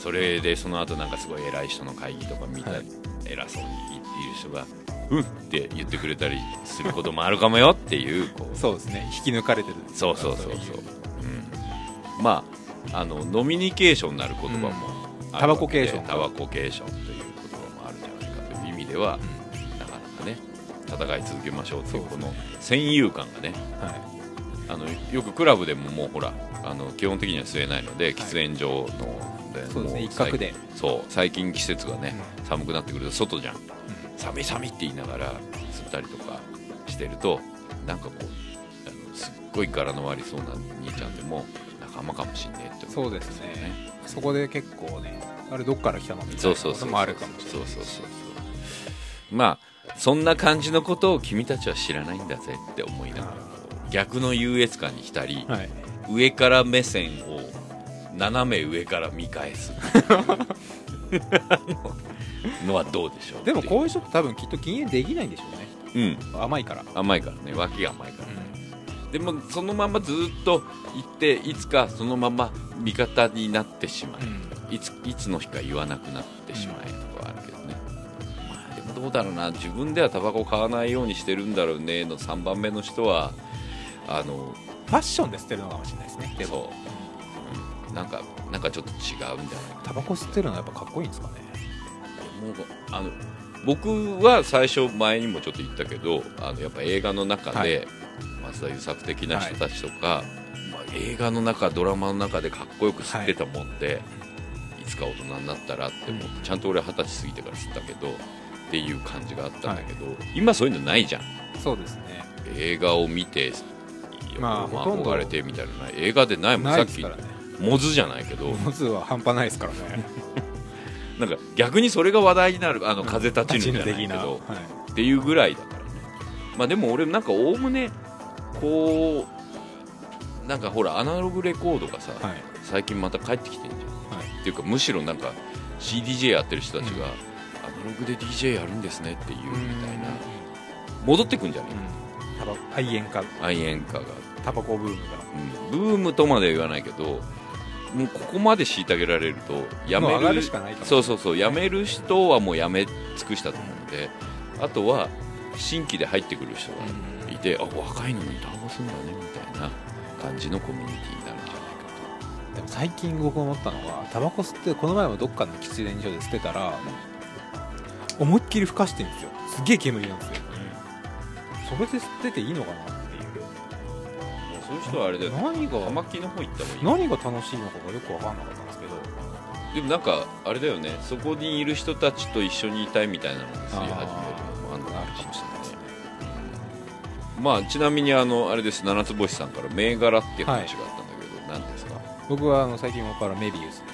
B: それでその後なんかすごい偉い人の会議とか見た、
C: はい
B: 偉そうに言っている人が「うん」って言ってくれたりすることもあるかもよっていうこう
C: そうですね引き抜かれてる
B: そうそうそうそう、うん、まああのノミニケーションなる言葉もあるわけで、
C: タバコケーション
B: タバコケーションという言葉もあるんじゃないかという意味では、なかなかね戦い続けましょうという
C: そうで
B: こ
C: す
B: の戦友感がね
C: は
B: あのよくクラブでももうほらあの基本的には吸えないので喫煙所の、
C: いそうですね
B: も
C: 一角で
B: そう最近季節がね、寒くなってくると外じゃん、寒い寒いって言いながら吸ったりとかしてるとなんかこうあのすっごい柄の悪いそうな兄ちゃんでも仲間かもしんねえって思
C: そうですねそこで結構ねあれどっから来たのみた
B: そ
C: いうな
B: そう
C: こ
B: そ
C: と
B: う
C: もあるかもしれない
B: そうそうそうそうまあそんな感じのことを君たちは知らないんだぜって思いながらこう逆の優越感に浸り、
C: はい、
B: 上から目線を斜め上から見返 すのはどうでしょう
C: でも
B: ってい
C: こういう人って多分きっと禁煙できないんでしょうね
B: う、うん、
C: 甘いから、
B: 甘いからね脇が甘いからね、でもそのままずっと行っていつかそのまま味方になってしまう、いついつの日か言わなくなってしまえとかはあるけどね、まあでもどうだろうな自分ではタバコ買わないようにしてるんだろうねの3番目の人はあの
C: ファッションで捨てるのかもしれないですねでも
B: そう、うん、なんかなんかちょっと違うんじゃないか
C: タバコ吸ってるのはやっぱかっこいいんですかね
B: もうあの僕は最初前にもちょっと言ったけどあのやっぱ映画の中で松田優作的な人たちとか、まあ、映画の中ドラマの中でかっこよく吸ってたもんで、い、つか大人になったらって思って、ちゃんと俺二十歳過ぎてから吸ったけどっていう感じがあったんだけど、今そういうのないじゃん
C: そうですね
B: 映画を見て、
C: まあほとんど
B: 憧れてみたいなのない映画でないもん
C: な
B: さ
C: い
B: っ
C: です
B: き
C: からね
B: モズじゃないけど
C: モズは半端ないですから ね
B: なんか逆にそれが話題になるあの風立ちぬじゃないけ
C: 的な、は
B: ど、っていうぐらいだからね、まあ、でも俺なんかおおむねこうなんかほらアナログレコードがさ、
C: いはい
B: 最近また帰ってきてんじゃん、
C: はい
B: っていうかむしろなんか CDJ やってる人たちが、アナログで DJ やるんですねっていうみたいな戻ってくんじゃねえ
C: タバ肺炎か
B: か愛煙家が、
C: タバコブームが
B: うんブームとまでは言わないけどもうここまで虐げられるとや
C: もう
B: め
C: 上が
B: る
C: るしかないから
B: そうそうそう辞める人はもう辞め尽くしたと思うのであとは新規で入ってくる人がいて、あ若いのに談合するんだねみたいな感じのコミュニティになるんじゃないか
C: でも最近僕思ったのはタバコ吸ってこの前もどっかの喫煙所で捨てたら思いっきりふかしてるんですよすげえ煙なんですよ、それで吸ってていいのかなっていう
B: ともうそういう人はあれだよね
C: 何が
B: 玉木の方行った方がい
C: 何が楽しいのかがよく分かんなかったんですけど
B: いでもなんかあれだよねそこにいる人たちと一緒にいたいみたいなのですよ始めるのもあるの
C: あるか
B: かも
C: も
B: し
C: し
B: れ
C: れないいで
B: なね
C: すね
B: まあちなみにあのあれです七つ星さんから銘柄っていう話があったんだけど、何ですか
C: 僕はあの最近もからメビウスですね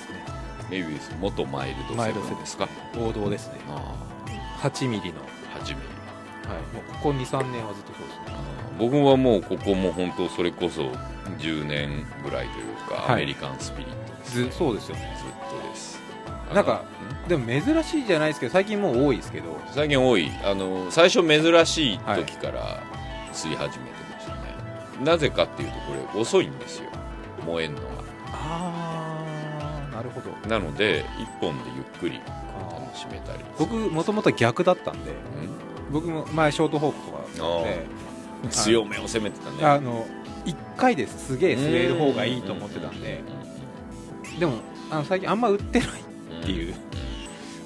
B: メビウス元マイルド
C: マ
B: セ
C: イル
B: ブ
C: ドセブ
B: ン
C: ン
B: ですか
C: 王道ですね
B: あ
C: 8ミリの、は
B: あ初めに
C: い、もうここ23年はずっとそうですね
B: 僕はもうここも本当それこそ10年ぐらいというか、
C: はい
B: アメリカンスピリットですね
C: ずそうですよね
B: ずっとです
C: なんかでも珍しいじゃないですけど最近もう多いですけど
B: あの最近多いあの最初珍しい時から吸い始めてましたね、なぜかっていうとこれ遅いんですよ燃えんのが
C: ああなるほど
B: なので1本でゆっくり楽しめたり
C: 僕もともと逆だったんで
B: うん
C: 僕も前ショートホープとかだったんで
B: 強めを攻めてたね
C: あの1回ですすげえ滑る方がいいと思ってたんででもあの最近あんま売ってないっていう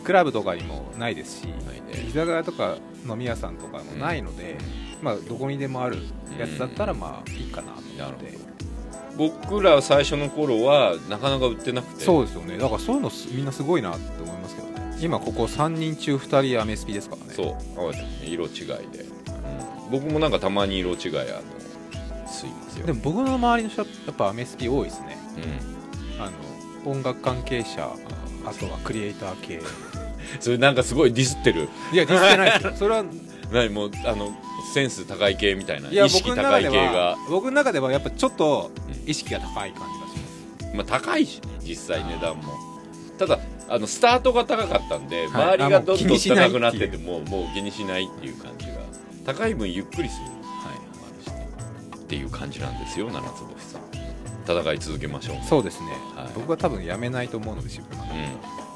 C: クラブとかにもないですし
B: ないね
C: 居酒屋とか飲み屋さんとかもないので、まあ、どこにでもあるやつだったらまあいいかなと
B: な
C: 思
B: る
C: っ
B: ほ
C: て、
B: 僕ら最初の頃はなかなか売ってなくて
C: そうですよねだからそういうのすみんなすごいなって思いますけどね今ここ3人中2人アメスピですからね
B: そう淡路さんね色違いで、僕もなんかたまに色違いあの吸いますよ
C: でも僕の周りの人はやっぱアメスピ多いですね
B: うん、
C: あの音楽関係者あとはクリエイター系
B: それなんかすごいディスってる
C: いや実際ない ですよそれは
B: 何もうあのセンス高い系みたいない
C: や
B: 意識
C: 僕の
B: 高
C: 中
B: い
C: で
B: 系が
C: は僕の中ではやっぱちょっと
B: うん
C: 意識が高い感じがします
B: まあ高いしね実際値段もただあのスタートが高かったんで、
C: はい
B: 周りがどん
C: あも
B: ど
C: うん気にしない
B: 高
C: ってい
B: く
C: う
B: なっててももう気にしないっていう感じが高い分ゆっくりするっていう感じなんですよ七つ星さん戦い続けましょう
C: そうですね、
B: はい
C: 僕は多分やめないと思うので渋谷
B: うん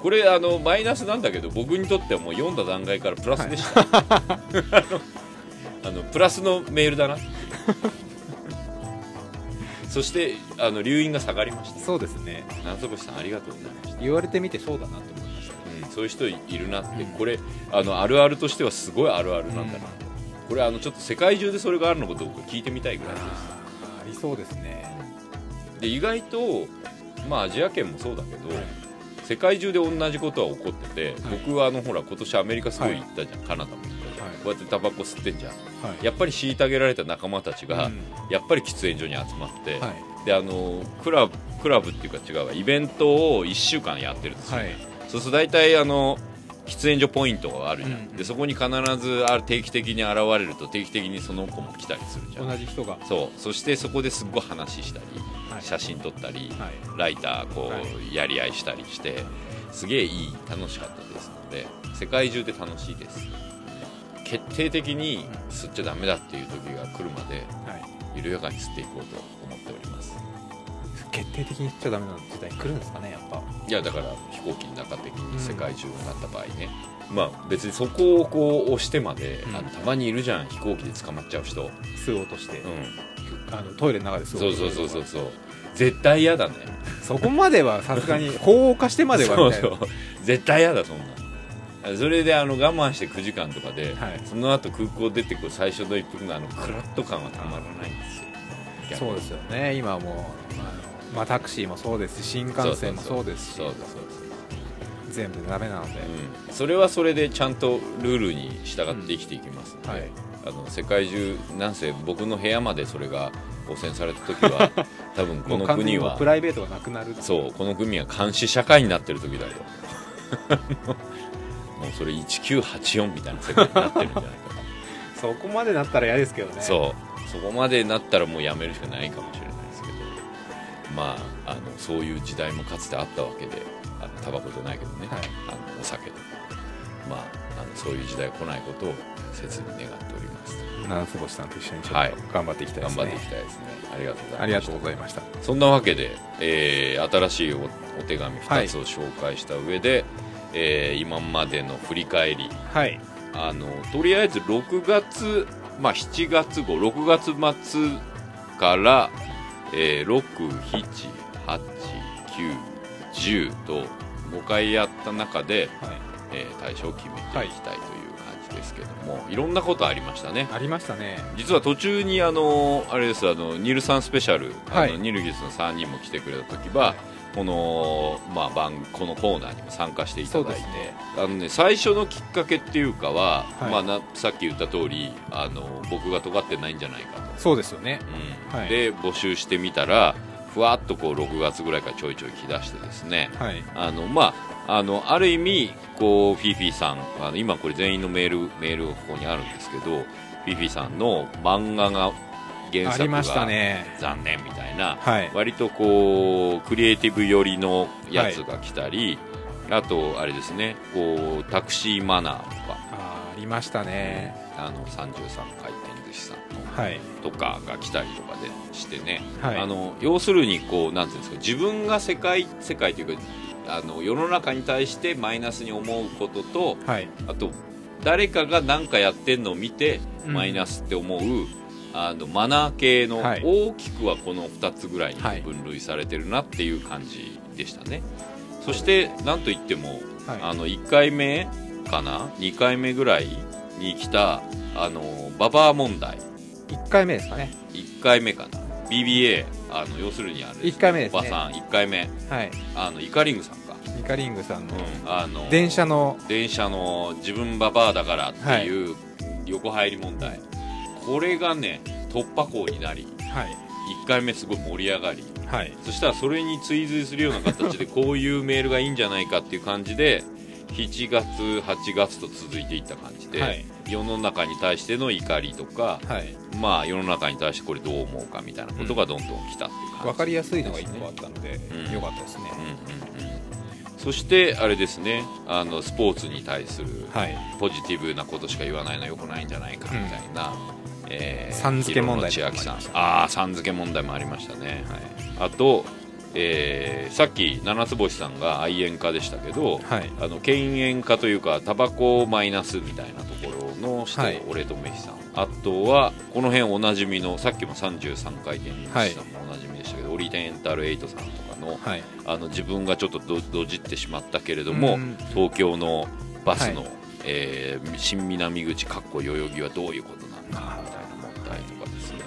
B: これあのマイナスなんだけど僕にとってはもう読んだ段階からプラスでした、 あのプラスのメール だなそしてあの留飲が下がりました
C: そうですね
B: 夏越さんありがとうございました、
C: 言われてみてそうだなと思いました
B: うん、そういう人いるなって、これあのあるあるとしてはすごいあるあるなんだな、これあのちょっと世界中でそれがあるのかどうか聞いてみたいぐらいです
C: ありそうですね
B: で意外とまあアジア圏もそうだけど、世界中で同じことは起こってて、
C: はい
B: 僕はあのほら今年アメリカすごい
C: はい
B: 行ったじゃん、カナダも行ったじゃん、
C: はい
B: こうやってタバコ吸ってんじゃん
C: はい
B: やっぱり虐げられた仲間たちが、
C: うん
B: やっぱり喫煙所に集まって、
C: は
B: であのクラブクラブっていうか違うわイベントを1週間やってるんですよ、
C: い、はい、
B: そうすると大体あの喫煙所ポイントがあるじゃん、
C: うん
B: でそこに必ずあ定期的に現れると定期的にその子も来たりするじゃん
C: 同じ人が
B: そうそしてそこですっごい話したり、
C: はい
B: 写真撮ったり、
C: はい
B: ライターこ
C: は
B: うやり合いしたりしてすげえいい楽しかったですので世界中で楽しいです決定的に吸っちゃダメだっていう時が来るまで
C: はい
B: 緩やかに吸っていこうと思っております
C: 決定的に言っちゃダメな時代来るんですかねやっぱ
B: いやだから飛行機の中的に世界中になった場合ね、まあ別にそこをこう押してまで、
C: うん
B: あのたまにいるじゃん飛行機で捕まっちゃう人、うん、
C: 吸おうとして、あのトイレの中で吸
B: そ
C: お
B: う
C: うとして
B: そうそうそうそう絶対嫌だね
C: そこまではさすがに法を犯してまでは
B: そ
C: み
B: う
C: たい
B: そ
C: な
B: う絶対嫌だそんなのそれであの我慢して9時間とかで、
C: はい
B: その後空港出てくる最初の一服のあのクラッと感はたまらないんですよ逆に
C: そうですよね今もうあのまあタクシーもそうですし新幹線もそうですし
B: そうですそうです
C: 全部ダメなので、
B: うんそれはそれでちゃんとルールに従って生きていきますので、
C: うんはい
B: あの世界中なんせ僕の部屋までそれが汚染された時 は多分こ
C: も
B: の
C: う完全
B: 国
C: にもう
B: は
C: プライベートがなくなる
B: そうこの国は監視社会になってる時だよ もうそれ1984みたいな世界になってるんじゃないかな
C: そこまでなったら嫌ですけどね
B: そうそこまでなったらもうやめるしかないかもしれないですけどまああのそういう時代もかつてあったわけであのタバコじゃないけどね、
C: はい
B: あのお酒とか、まあ、あのそういう時代が来ないことを切に願っております
C: 七つ星さんと一緒にちょっ
B: はい
C: と頑張っていきたいで
B: 頑
C: す
B: 張
C: ね、
B: っていきたいですねありがとうございます
C: ありがとうございました
B: そんなわけで、えー新しいおお手紙
C: は
B: 2
C: い
B: つを紹介した上で、えー今までの振り返り
C: はい
B: あのとりあえず6月、まあ、7月号6月末から、え678910と5回やった中で、
C: はい
B: えー対象を決めていきたいという感じですけども、い、ろんなことありましたね
C: ありましたね
B: 実は途中にあのあれですあのニルさんスペシャル、
C: は
B: あの
C: い
B: ニルギスの3人も来てくれた時は、このまあ、番このコーナーにも参加していた
C: そう
B: だい
C: で
B: て、
C: すね
B: あのね、最初のきっかけっていうかは、
C: はい
B: まあ、なさっき言った通りあの僕が尖ってないんじゃないかと、
C: そうですよね
B: うん
C: はい
B: で募集してみたらふわっとこう6月ぐらいからちょいちょい来だしてですね、
C: はい
B: あのまああのある意味こうフィフィさんあの今これ全員のメールメールがここにあるんですけどフィフィさんの漫画が原
C: あ
B: 作
C: りました
B: が
C: ね
B: 残念みたいな
C: はい
B: 割とこうクリエイティブ寄りのやつが来たり、あとあれですねこうタクシーマナーとか
C: あーありましたね
B: あの33回転寿司さんの
C: はい
B: とかが来たりとかでしてね、
C: はい
B: あの要するにこうなんていうんですか自分が世界世界というかあの世の中に対してマイナスに思うことと
C: はい
B: あと誰かが何かやってんのを見て
C: うん
B: マイナスって思う、あのマナー系の
C: はい
B: 大きくはこの2つぐらいに
C: はい
B: 分類されてるなっていう感じでしたね。そしてなんといっても
C: はい
B: あの1回目かな2回目ぐらいに来たあのババア問題
C: 1回目ですかね
B: 1回目かな BBA あの要するにあれ
C: 一回目ですね
B: おばさん1回目
C: はい
B: あのイカリングさんか、
C: イカリングさんの
B: うん、あの
C: 電車の
B: 電車の自分ババアだからっていう横入り問題、これがね突破口になり
C: はい
B: 1回目すごい盛り上がり
C: はい
B: そしたらそれに追随するような 形でこういうメールがいいんじゃないかっていう感じで7月8月と続いていった感じで、
C: はい
B: 世の中に対しての怒りとか、
C: はい
B: まあ、世の中に対してこれどう思うかみたいなことがどんどん来たっていう感じ、
C: 分かりやすいのが1個あったので
B: うん
C: 良かったですね
B: うんうんうんそしてあれですねあのスポーツに対する
C: はい
B: ポジティブなことしか言わないのはよくないんじゃないかみたいな、えー
C: さん付け問題と
B: 広
C: かもあり
B: 野千秋さん
C: ましたね
B: ああさん付け問題もありましたね、あと、えーさっき七つ星さんが愛煙家でしたけど、
C: はい
B: あの禁煙家というかタバコをマイナスみたいなところの人、
C: はい
B: 俺とメヒさんあとはこの辺おなじみのさっきも33回転寿司さんもおなじみでしたけど、オリエンタルエイトさんとかの
C: はい
B: あの自分がちょっとどどじってしまったけれども、
C: うん
B: 東京のバスの、
C: はい
B: えー新南口かっこ代々木はどういうことなのかみたいな問題とかですね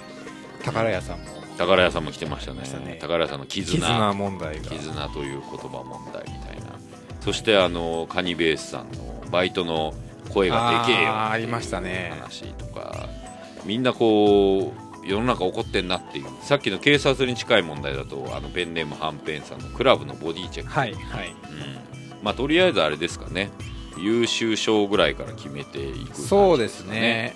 C: 宝屋さんも
B: 宝屋さんも来てましたね
C: 来てましたね
B: 宝屋さんの絆
C: 絆
B: 絆
C: 問題が
B: という言葉問題みたいなそしてあのカニベースさんのバイトの声がでけえよ
C: あー
B: ってい
C: あり
B: う
C: ましたね
B: 話とかみんなこう世の中怒ってんなっていうさっきの警察に近い問題だとあのペンネームはんぺんさんのクラブのボディチェック
C: はいはい
B: うんまあとりあえずあれですかね優秀賞ぐらいから決めていく感じか、
C: そうですね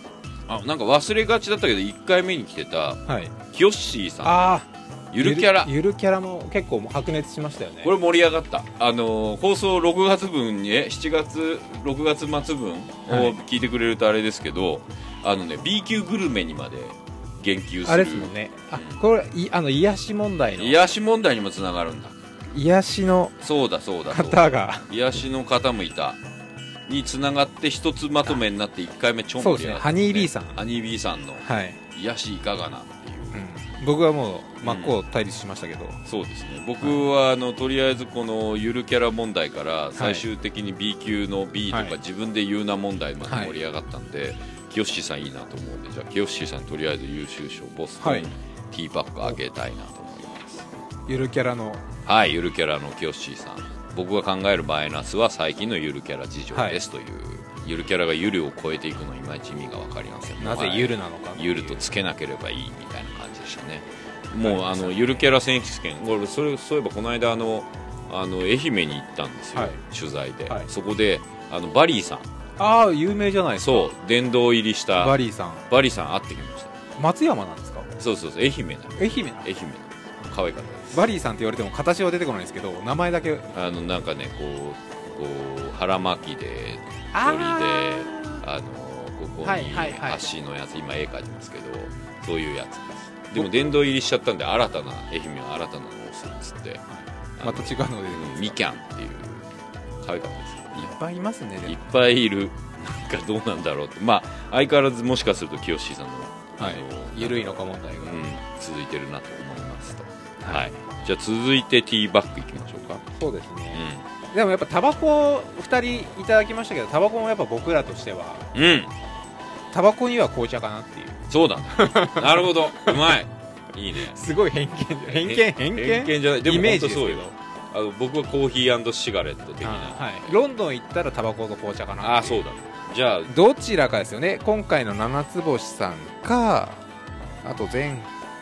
B: あなんか忘れがちだったけど1回目に来てた
C: はい
B: キヨッシーさん
C: ああ
B: ゆるキャラ
C: ゆるキャラも結構もう白熱しましたよね
B: これ盛り上がったあのー放送6月分にえ7月6月末分を
C: はい
B: 聞いてくれるとあれですけど、あのね B 級グルメにまで言及する
C: あれですもんねあこれいあの癒し問題の
B: 癒し問題にもつながるんだ
C: 癒しの
B: そうだそうだそうだ
C: 方が
B: 癒しの方もいたにつながって一つまとめになって1回目超
C: そう
B: 盛り上がった、
C: ですねハニービーさん
B: ハニービーさんの
C: はい、
B: 癒しいかがなっていう
C: うん、僕はもう真っ向対立しましたけど、
B: そうですね僕はあのとりあえずこのゆるキャラ問題から最終的に B 級の B と
C: は
B: か
C: い
B: 自分で言うな問題まで
C: はい
B: 盛り上がったんで、キヨッシーさんいいなと思うんでじゃあキヨッシーさんとりあえず優秀賞ボストン
C: はい
B: ティーバッグあげたいなと思います
C: ゆるキャラの
B: はいゆるキャラのキヨッシーさん僕が考えるマイナスは最近のゆるキャラ事情ですという、ゆるキャラがゆるを超えていくのいまいち意味が分かりません
C: なぜ
B: はい
C: ゆるなのかっていう
B: ゆるとつけなければいいみたいな感じでしたね。もうあのゆるキャラ選手権、俺それそういえばこの間あのあの愛媛に行ったんですよ、
C: はい
B: 取材で、
C: はい
B: そこであのバリーさん、
C: ああ有名じゃないですか
B: そう殿堂入りした
C: バ
B: バリ
C: リーさん
B: ーさん会ってきました。
C: 松山なんですか
B: そうそうそう愛媛だ。
C: 愛媛
B: 愛媛だ。可愛かったです。
C: バリーさんって言われても形は出てこないですけど名前だけ
B: あのなんかねこうこう腹巻きで鳥であのここ
C: はいはい
B: に
C: はい
B: 足のやつ、今絵描いてますけどそういうやつですでも殿堂入りしちゃったんで新たな愛媛の新たなのをするっつって
C: また違うので
B: うんみきゃんっていう可愛かったです
C: いっぱいいますねで
B: いいっ
C: も
B: ぱいいるなんかどうなんだろうってまあ相変わらずもしかすると清さんの、
C: はい
B: あの
C: ゆるいのか問題が、
B: うん、続いてるなと思いますとはい、じゃあ続いてティーバッグいきましょうか
C: そうです
B: う
C: ね、
B: ん
C: でもやっぱタバコ2人いただきましたけどタバコもやっぱ僕らとしては
B: うん、
C: タバコには紅茶かなっていう
B: そ うだね。なるほど、うまい。いいね。
C: すごい偏見偏見
B: え
C: 偏見
B: 偏見じゃない。でも
C: イメージですけ
B: 本当そ
C: ど
B: うよ。あの僕はコーヒーシガレット的
C: あ
B: な。
C: はい、ロンドン行ったらタバコと紅茶かな
B: ああ、そうだね。じゃあ、
C: どちらかですよね今回の七つ星さんかあと前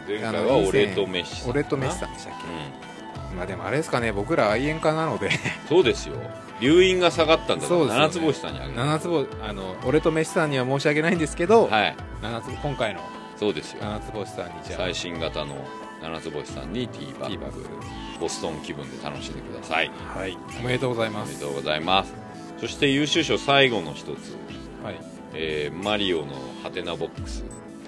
B: 前回
C: あ
B: は
C: の以前
B: 俺とメッシさん。
C: 俺とメッシさ
B: うん
C: でしたっけまあでもあれですかね僕ら愛煙家なので
B: ん。そうですよ。留飲が下がったんだか
C: そう
B: ら、
C: ですよね
B: 七つ星さんにあげる。
C: 七つ星あの俺とメッシさんには申し訳ないんですけど、
B: はい。
C: 七つ今回の
B: そうですよ。
C: 七つ星さんにじゃあ
B: 最新型の七つ星さんにティーバ
C: ティーバ
B: ッ
C: ッ
B: グ
C: グ。
B: ボストン気分で楽しんでください。
C: はいおめでとうござい
B: お
C: ま
B: めですとうございます。そして優秀賞最後の一つ。
C: はい
B: えーマリオのハテナボックス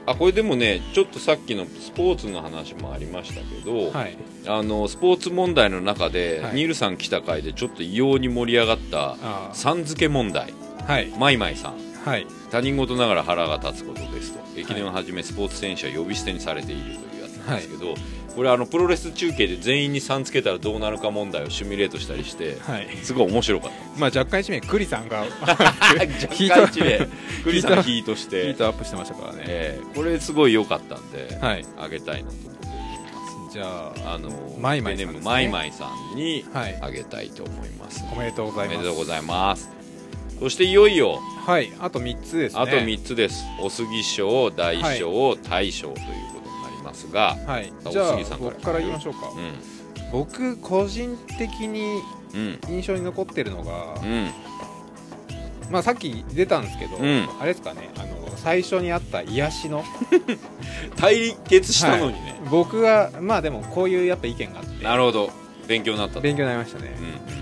B: あこれでもねちょっとさっきのスポーツの話もありましたけど、
C: はい
B: あのスポーツ問題の中で、
C: はい
B: ニールさん来た回でちょっと異様に盛り上がった
C: あー
B: さん付け問題
C: はい
B: マイマイさん
C: はい
B: 他人事ながら腹が立つことですと駅伝をはじめスポーツ選手は呼び捨てにされているというやつなんですけど、これあのプロレス中継で全員にさん付けたらどうなるか問題をシミュレートしたりして、
C: はい
B: すごい面白かっ
C: まあ若干一名栗さんが
B: た
C: ヒート
B: 若干一 例クリさんヒートし
C: ヒ
B: て
C: ートアップしてましたからね
B: えーこれすごい良かったんで、
C: はい
B: あげたいなと思って
C: じゃあ
B: あの
C: マイマイ
B: ペ
C: さ
B: ン
C: んですね
B: ネームマイマイさんに
C: はい
B: あげたいと思います、
C: おめでとうござ
B: お
C: い
B: め
C: ま
B: ですとうございますそしていよいよ
C: はいあと3つですね
B: あと3つです、お杉賞大賞、大賞ということになりますが、
C: はい
B: あ、
C: じゃ
B: 大
C: あ
B: 杉さんから
C: 僕から言いましょうか、僕個人的に
B: うんうん
C: 印象に残ってるのが、
B: うん
C: まあ、さっき出たんですけど、
B: うん
C: あれですかねあの最初にあった癒しの
B: 対決したのにね、
C: 僕はまあでもこういうやっぱ意見があって
B: なるほど勉強になったと
C: 勉強になりましたね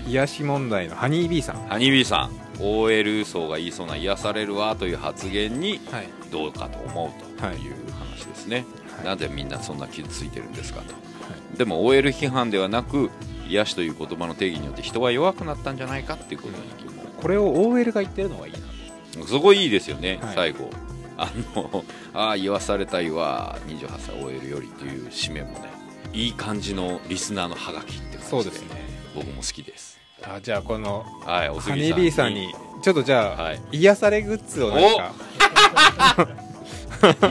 B: う、ん
C: 癒し問題のハニービーさん、
B: ハニービーさん OL 層が言いそうな癒されるわという発言に
C: はい、
B: どうかと思うと
C: はい
B: いう話ですね、
C: はい
B: なぜみんなそんな傷ついてるんですかと、でも OL 批判ではなく癒しという言葉の定義によって人は弱くなったんじゃないかっていうことに疑問
C: これを OL が言ってるのがいいな
B: そこいいですよね、
C: はい
B: 最後あの ああ言わされたいわ28歳 OL よりという締めもねいい感じのリスナーのハガキって感じで
C: そうですね
B: 僕も好きです
C: あじゃあこの
B: はいお
C: ハ
B: 杉
C: ニービーさんにちょっとじゃあ、
B: はい
C: 癒されグッズを何か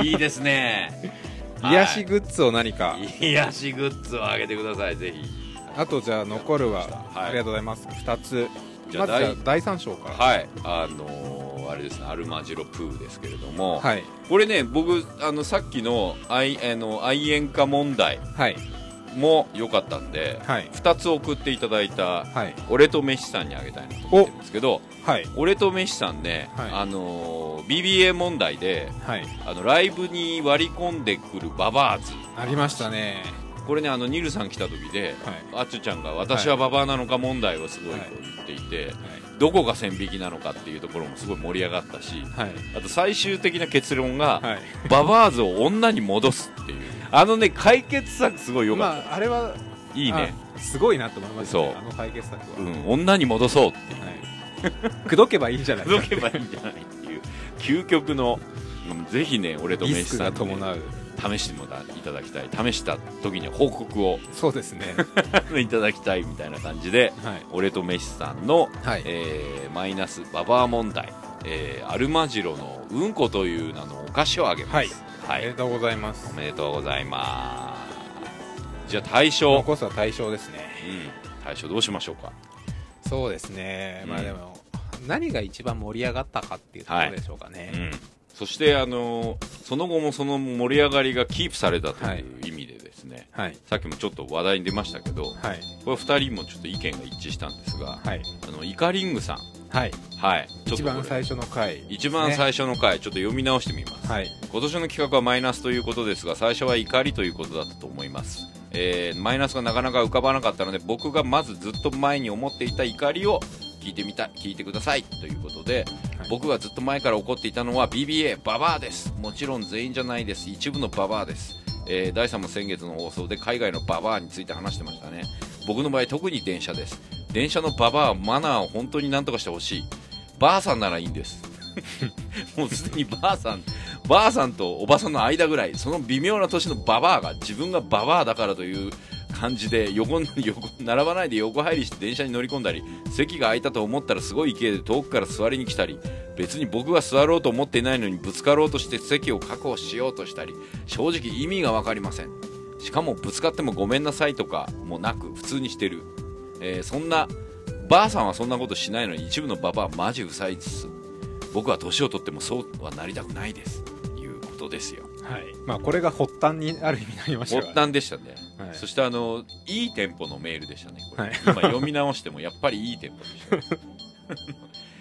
B: いいです ね
C: 癒し
B: グ
C: グッズを何か、
B: ッズ癒しグッズをあげてくださいぜひ
C: あとじゃあ残るは、
B: はい
C: ありがとうございます2つ
B: じゃあ
C: まずじゃあ
B: 第
C: 第3章から
B: はい、あのーあれですね、アルマジロプーですけれども、
C: はい
B: これね、僕、あのさっきの愛あの愛煙家問題
C: はい
B: も良かったんで、
C: はい
B: 2つ送っていただいた、
C: はい
B: 俺とメシさんにあげたいなと思ってるんですけど、
C: はい
B: 俺とメシさんね、
C: はい
B: あのー BBA 問題で、
C: はい
B: あのライブに割り込んでくるババアズ
C: ありましたね
B: これねあのニルさん来た時で、
C: は
B: あっちゅちゃんが私はババアなのか問題をすごいこう言っていて、どこが線引きなのかっていうところもすごい盛り上がったし、
C: はい
B: あと最終的な結論が、
C: はい、
B: ババアーズを女に戻すっていうあのね解決策すごい良かっ
C: まああれは
B: た、いいね、
C: あすごいなと思いました、
B: そ
C: ね
B: う、
C: あの解決策は、
B: うん、女に戻そうっていう
C: はい、 くどけばいいんじゃない
B: 届けばいいんじゃないっていう究極のうんぜひね俺と
C: リ
B: メイ
C: ス
B: シ
C: ク
B: さ
C: が
B: んにね、
C: 伴う
B: 試してもらいただきたい試した時には報告を
C: そうですね
B: いただきたいみたいな感じで
C: はい
B: 俺とメシさんの、
C: はい
B: えーマイナスババア問題、えーアルマジロのうんこという名のお菓子をあげます
C: あ
B: はい
C: りがとうございます
B: おめでとうございますじゃあ大賞、
C: 残すは対象ですね
B: うん、大賞どうしましょうか
C: そうですね、ま
B: う
C: あ
B: ん
C: でも、何が一番盛り上がったかっていうところでしょうかね。
B: うん、そして、あのーその後もその盛り上がりがキープされたと
C: はいいう
B: 意味でですね、
C: はい。
B: さっきもちょっと話題に出ましたけど、
C: はい。
B: これ2人もちょっと意見が一致したんですが、
C: はい。
B: あのイカリングさん、
C: はい。
B: はい、ちょっ
C: 一
B: とこれ
C: 番最初の回、
B: 一番最初の回、ちょっと読み直してみます。
C: はい。
B: 今年の企画はマイナスということですが最初は怒りということだったと思います、えーマイナスがなかなか浮かばなかったので僕がまずずっと前に思っていた怒りを聞いてみた聞いてくださいということで、
C: はい
B: 僕がずっと前から怒っていたのは BBA ババアですもちろん全員じゃないです一部のババアです、えー第3も先月の放送で海外のババアについて話してましたね僕の場合特に電車です電車のババアマナーを本当になんとかしてほしいばあさんならいいんです もうすでにばあさんばあさんとおばさんの間ぐらいその微妙な年のババアが自分がババアだからという感じで横 に横並ばないで横入りして電車に乗り込んだり席が空いたと思ったらすごい勢いで遠くから座りに来たり別に僕が座ろうと思っていないのにぶつかろうとして席を確保しようとしたり正直意味が分かりませんしかもぶつかってもごめんなさいとかもなく普通にしてる、えーそんなばあさんはそんなことしないのに一部のババアマジうさいです僕は年を取ってもそうはなりたくないですいうことですよ
C: はい。まあ、これが発端にある意味になりました
B: 発端でしたね、
C: はい
B: そしてあのいいテンポのメールでしたねこれ、
C: はい
B: 今読み直してもやっぱりいいテンポでした、 ね、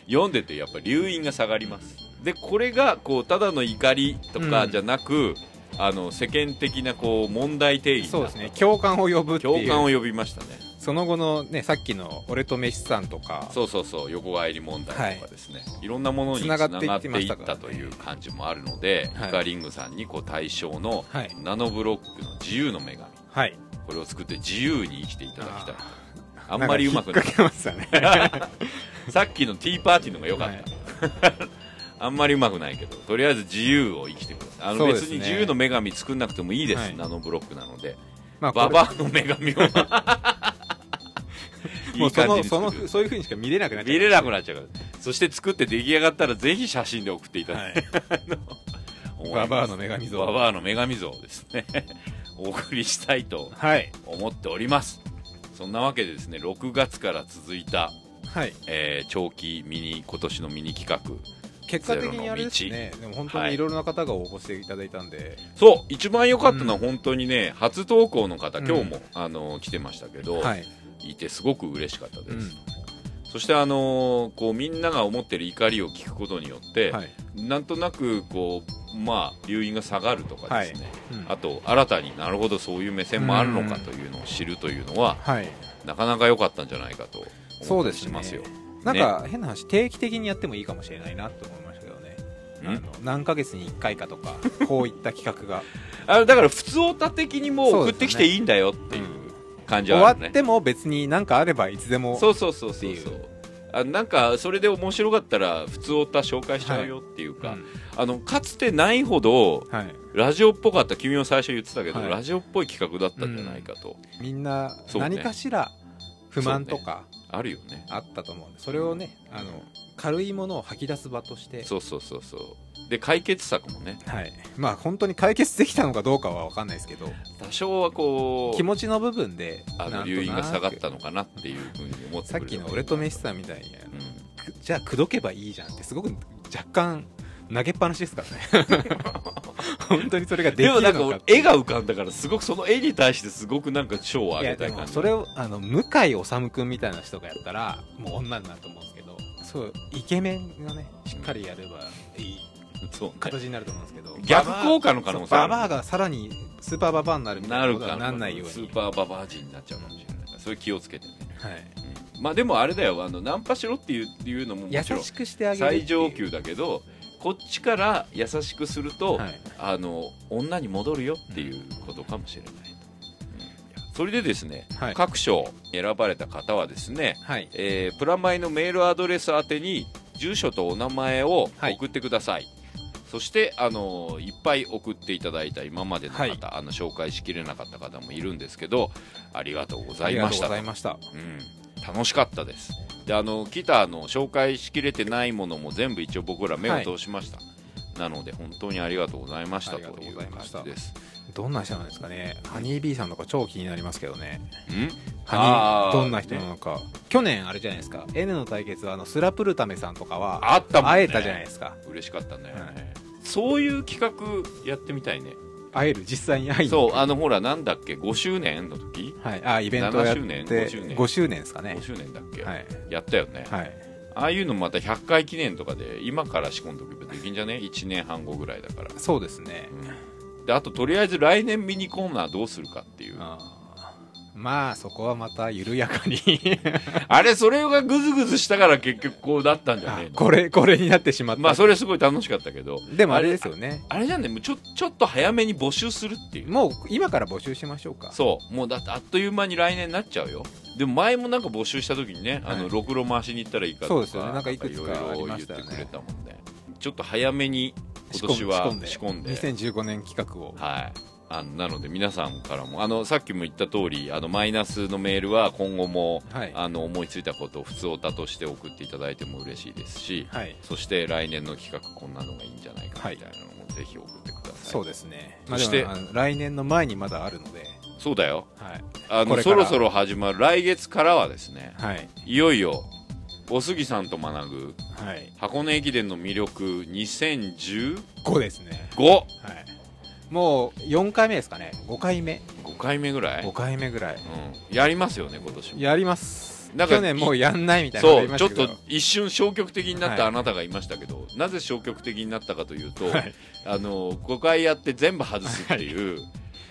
B: 読んでてやっぱり留飲が下がりますでこれがこうただの怒りとかじゃなく、あの世間的なこう問題定義に
C: そう
B: な
C: で
B: った
C: すね。共感を呼ぶって
B: 共
C: い
B: 感
C: う。
B: を呼びましたね
C: その後のね、さっきの俺と飯さんとか、
B: そうそうそう横返り問題とかですね、い、ろんなものにつ
C: つ
B: な
C: な
B: が
C: が
B: っ
C: ってていって
B: いっ
C: ましたから
B: たという感じもあるので、
C: はい
B: ヒカリングさんにこう対象の
C: はい
B: ナノブロックの自由の女神
C: はい。
B: これを作って自由に生きていただきたいあ
C: あ
B: んまりうまくな
C: ないんか引っ掛けましたね。
B: さっきのティーパーティーの方が良かった、
C: はい
B: あんまりうまくないけどとりあえず自由を生きてくださいあの
C: そうで
B: 別
C: すね
B: に自由の女神作んなくてもいいです、
C: はい
B: ナノブロックなので
C: まあ、これ
B: ババアの女神をい
C: もう
B: い
C: そ
B: 感じ
C: のそ
B: に
C: の
B: 作る
C: そういうふうにしか見れなくなっちゃう
B: 見れなくなっちゃうからそして作って出来上がったらぜひ写真で送っていただきたい
C: は い。ババアの女神像
B: ババアの女神像ですね お送りしたいと
C: はい。
B: 思っておりますそんなわけでですね6月から続いた、
C: はい。
B: えー長期ミニ今年のミニ企画
C: 結果的にあれですね、でも本当にいろいろな方が応募していただいたんで、
B: そう一番良かったのは本当にね、初投稿の方
C: うん
B: 今日も、あの来てましたけど、
C: はい。
B: い、てすごく嬉しかったです、
C: うん
B: そしてあのーこうみんなが思ってる怒りを聞くことによって、
C: はい。
B: なんとなくこうまあ留飲が下がるとかですね、
C: うん
B: あと新たになるほどそういう目線もあるのかというのを知るというのは、
C: はい。
B: なかなか良かったんじゃないかと
C: そ
B: 思
C: う
B: った
C: で
B: り
C: す
B: し
C: ね
B: ますよ。
C: なんか変な話、定期的にやってもいいかもしれないなと思いましたけどね
B: ん
C: あの何ヶ月に1回かと かこういった企画が
B: あのだから普通オタ的にもう
C: そう
B: 送
C: ですね
B: ってきていいんだよっていう感じ
C: 終
B: はあ
C: わ
B: るね。
C: っても別に何かあればいつでも
B: そうそうそうそう
C: って
B: そ
C: いう
B: あなんかそれで面白かったら普通オタ紹介しちゃうよっていう
C: う
B: か、
C: ん
B: あのかつてないほど
C: はい、
B: ラジオっぽかった君も最初言ってたけど、
C: はい
B: ラジオっぽい企画だったんじゃないかと、
C: みんな
B: そうね
C: 何かしら不満とか
B: あるよね
C: あったと思うんでそれをねあの軽いものを吐き出す場として
B: そうそうそうそうで解決策もね
C: はいまあ本当に解決できたのかどうかは分かんないですけど
B: 多少はこう
C: 気持ちの部分でなん
B: あ
C: とな
B: の
C: く
B: 留飲が下がったのかなっていうふうに思って
C: さ
B: く
C: っ
B: れ
C: き
B: れば
C: の俺とメシさんみたいに
B: うん
C: くじゃあ口説けばいいじゃんってすごく若干投げっぱなしですから ね本当にそれができ
B: で
C: る
B: も
C: のか
B: な
C: っ
B: ん
C: て
B: か俺絵が浮かんだからすごくその絵に対してすごくなんか賞をあ
C: い
B: げ
C: や
B: た
C: で
B: い感
C: も
B: じ
C: それをあの向井理君みたいな人がやったらもう女になると思うんですけどそうイケメンがねしっかりやればいい
B: そうね
C: 形になると思うんですけど
B: 逆効果の可能性あ
C: バ
B: る
C: バアがさらにスーパーババアになるみた
B: ない
C: なこと
B: るか
C: はなんないよう
B: ス
C: に
B: ーパーババア人になっちゃうかもしれないからそれ気をつけてね、
C: はい、
B: まあでもあれだよあのナンパしろっていういうのもも
C: 優
B: ちろん
C: しくしてあげるっていう
B: 最上級だけどこっちから優しくすると、
C: はい
B: あの女に戻るよっていうことかもしれない、うんそれでですね、
C: はい
B: 各賞選ばれた方はですね、
C: はい
B: えープラマイのメールアドレス宛てに住所とお名前を送ってください、そしてあのいっぱい送っていただいた今までの方、あの紹介しきれなかった方もいるんですけどありがとうございました
C: ありがとうございました
B: うん、楽しかったですであのギターの紹介しきれてないものも全部一応僕ら目を通しました、なので本当にありがとうございまし
C: あ
B: たと
C: りがとうご
B: いう
C: ざい
B: 感
C: ました
B: じです
C: どんな人なんですかねハニービーさんとか超気になりますけどね
B: うん
C: ハ
B: あ
C: ニ
B: ー
C: ーどんな人なのか、去年あれじゃないですか N の対決はあのスラプルタメさんとかは
B: あったもん、ね、
C: 会えたじゃないですか
B: 嬉しかったね、
C: は
B: そういう企画やってみたいね
C: 会える実際に会いに
B: そうあのほらなんだっけ5周年の時、
C: はい、あイベントをやって
B: 7周年
C: 5周
B: 5周
C: 年
B: 年
C: ですかね
B: 5周年だっけ、
C: はい、
B: やったよね、
C: はい、
B: ああいうのまた100回記念とかで今から仕込んどけばできんじゃね1年半後ぐらいだから、
C: そうですね
B: うん、であととりあえず来年ミニコーナーどうするかっていうあ
C: あーまあそこはまた緩やかに
B: れそれがグズグズしたから結局こうだったんじゃ
C: あ
B: ねえの
C: これこれになってしまった
B: まあそれすごい楽しかったけど
C: でもあれですよね
B: あれじゃんねもうちょちょっと早めに募集するっていう
C: もう今から募集しましょうか
B: そうもうだってあっという間に来年になっちゃうよでも前もなんか募集した時にね、
C: はい
B: あのろくろ回しに行ったらいいかとか
C: そうですよねなんかいくつかあり
B: いろいろ
C: ま
B: 言
C: し
B: った
C: よ
B: て
C: ね
B: くれたもんねちょっと早めに今年は仕込んで
C: 2015年企画を
B: はいあのなので皆さんからもあのさっきも言った通りあのマイナスのメールは今後も、
C: はい
B: あの思いついたことを普通オタとして送っていただいても嬉しいですし、
C: はい
B: そして来年の企画こんなのがいいんじゃないかみたいなのもぜひ送ってください、
C: そうですね、ま
B: そ
C: あ、
B: し
C: で
B: て
C: もあの来年の前にまだあるので、
B: そうだよ
C: はい
B: あ
C: こ
B: の
C: れか
B: そ
C: ら
B: ろそろ始まる来月からはですね
C: はい
B: いよいよお杉さんと学ぶ
C: はい、
B: 箱根駅伝の魅力2015
C: 5ですね、
B: 5
C: はい、もう4回目ですかね5回目
B: 回目ぐらい、
C: 5回目ぐらい
B: うん、やりますよね今年も
C: やります
B: なんか
C: 去年もうやんないみたいなのあ
B: そ
C: り
B: う
C: ま
B: ち
C: し
B: ょ
C: た
B: っ
C: けど
B: と一瞬消極的になった
C: はい
B: あなたがいましたけど、なぜ消極的になったかというと、
C: はい
B: あの5回やって全部外すっていう、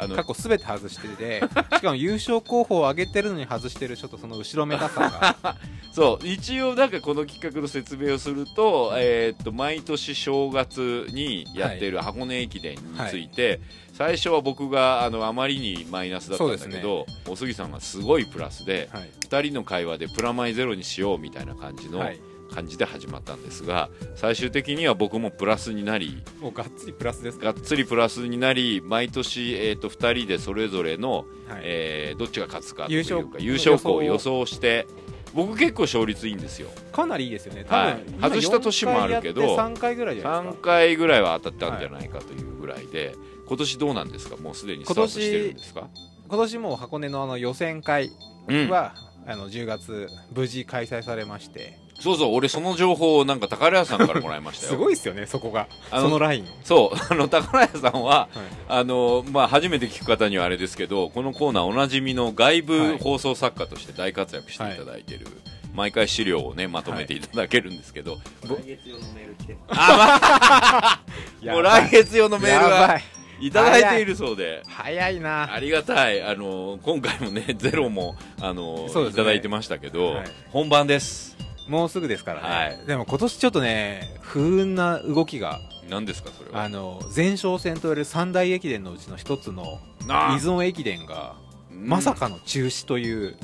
B: あの
C: 過去すべて外して てしかも優勝候補を上げてるのに外してるちょっとその後ろめた さ
B: そう一応なんかこの企画の説明をすると,、えーっと毎年正月にやっている箱根駅伝について、最初は僕があのあまりにマイナスだったんだけど、お杉さんがすごいプラスで
C: が、はい
B: 2人の会話でプラマイゼロにしようみたいな感じの
C: はい、
B: 感じで始まったんですが、最終的には僕もプラスになり
C: もうがっつりプラスですか
B: がっつりプラスになり毎年、えーっと2人でそれぞれの
C: ら、はい
B: えーどっちが勝つかと
C: 優
B: いう
C: 勝
B: か優勝校を予想して僕結構勝率いいんですよ
C: かなりいいですよね
B: は
C: 多分、
B: い外した年もあるけど
C: 3回ぐらいじゃないですか
B: 3回ぐらいは当たったんじゃないかというぐらいで今年どうなんですかもうすでにスタートしてるんですか
C: 今年もう箱根のあの予選会
B: うん、
C: は、あの10月無事開催されまして
B: そうそう俺その情報をなんか宝屋さんからもらいましたよ
C: すごいですよねそこが
B: あ
C: そ
B: の
C: のライン
B: そうあの宝屋さんは
C: はい
B: あの、まあ、初めて聞く方にはあれですけどこのコーナーおなじみの外部放送作家として大活躍していただいてる、毎回資料をねまとめていただけるんですけど、
D: 来月用のメール来てます
C: やば
B: もう
C: い
B: 来月用のメール
C: やば
B: が
C: い
B: いただいているそうで
C: 早いな
B: ありがたい、あの今回もね、 ゼロも、あの
C: そうで
B: い
C: すね
B: ただいてましたけど、
C: はい
B: 本番です。
C: もうすぐですからね、
B: はい
C: でも今年ちょっとね不運な動きが
B: 何ですか、それは。
C: あの前哨戦といわれる三大駅伝のうちの一つの
B: なあ
C: 出雲駅伝がまさかの中止という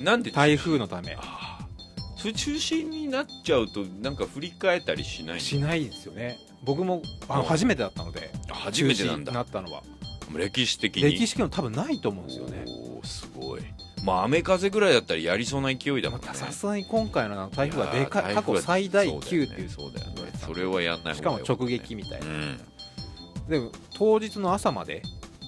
B: なんで
C: 台風のため
B: あーそれ中心になっちゃうと、なんか振り返ったりしない
C: しないんですよね僕もあの
B: うん
C: 初めてだったので
B: あ初めてなんだ
C: 中止になったのは
B: 歴史的に。
C: 歴史系の多分ないと思うんですよね
B: おーすごい。まあ、雨風ぐらいだったらやりそうな勢いだもんね。
C: さすがに今回のあの台風はで
B: い
C: かい
B: や
C: 過
B: ー
C: 去最大級っていう
B: そうだよね。
C: 言われ
B: そうだよね
C: てた
B: それはやんない
C: し
B: 方
C: か
B: が
C: も
B: よ
C: 直撃みたい
B: うん
C: な、。でも当日の朝まで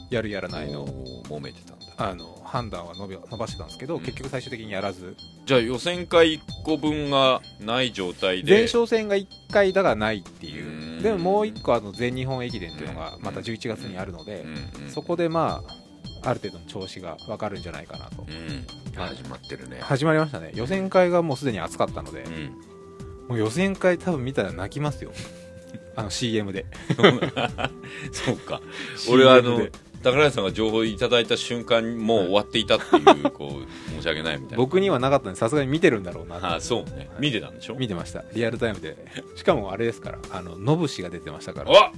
C: やるやらないの
B: おー揉めてたんだ。
C: あの判断は伸び伸ばしてたんですけど、
B: うん
C: 結局最終的にやらず
B: じゃあ予選会1個分がない状態で。
C: 前哨戦が1回だがないって
B: う
C: い
B: ー
C: うんでももう1個あの全日本駅伝っていうのがまた11月にあるので、
B: うんうん
C: そこでまあある程度の調子が分かるんじゃないかなと、
B: うん、
C: はい
B: 始まってるね、
C: 始まりましたね予選会がもうすでに暑かったので、
B: うん、
C: もう予選会多分見たら泣きますよ あの CM で
B: そうか
C: CM
B: 俺
C: で
B: はあの宝屋さんが情報いただいた瞬間にもう終わっていたっ ていうこう申し訳ないみたいな
C: 僕にはなかったんでさすがに見てるんだろうなと
B: ああそうね見てたんでしょ
C: 見てましたリアルタイムでしかもあれですからあのノブ氏が出てましたから
B: あ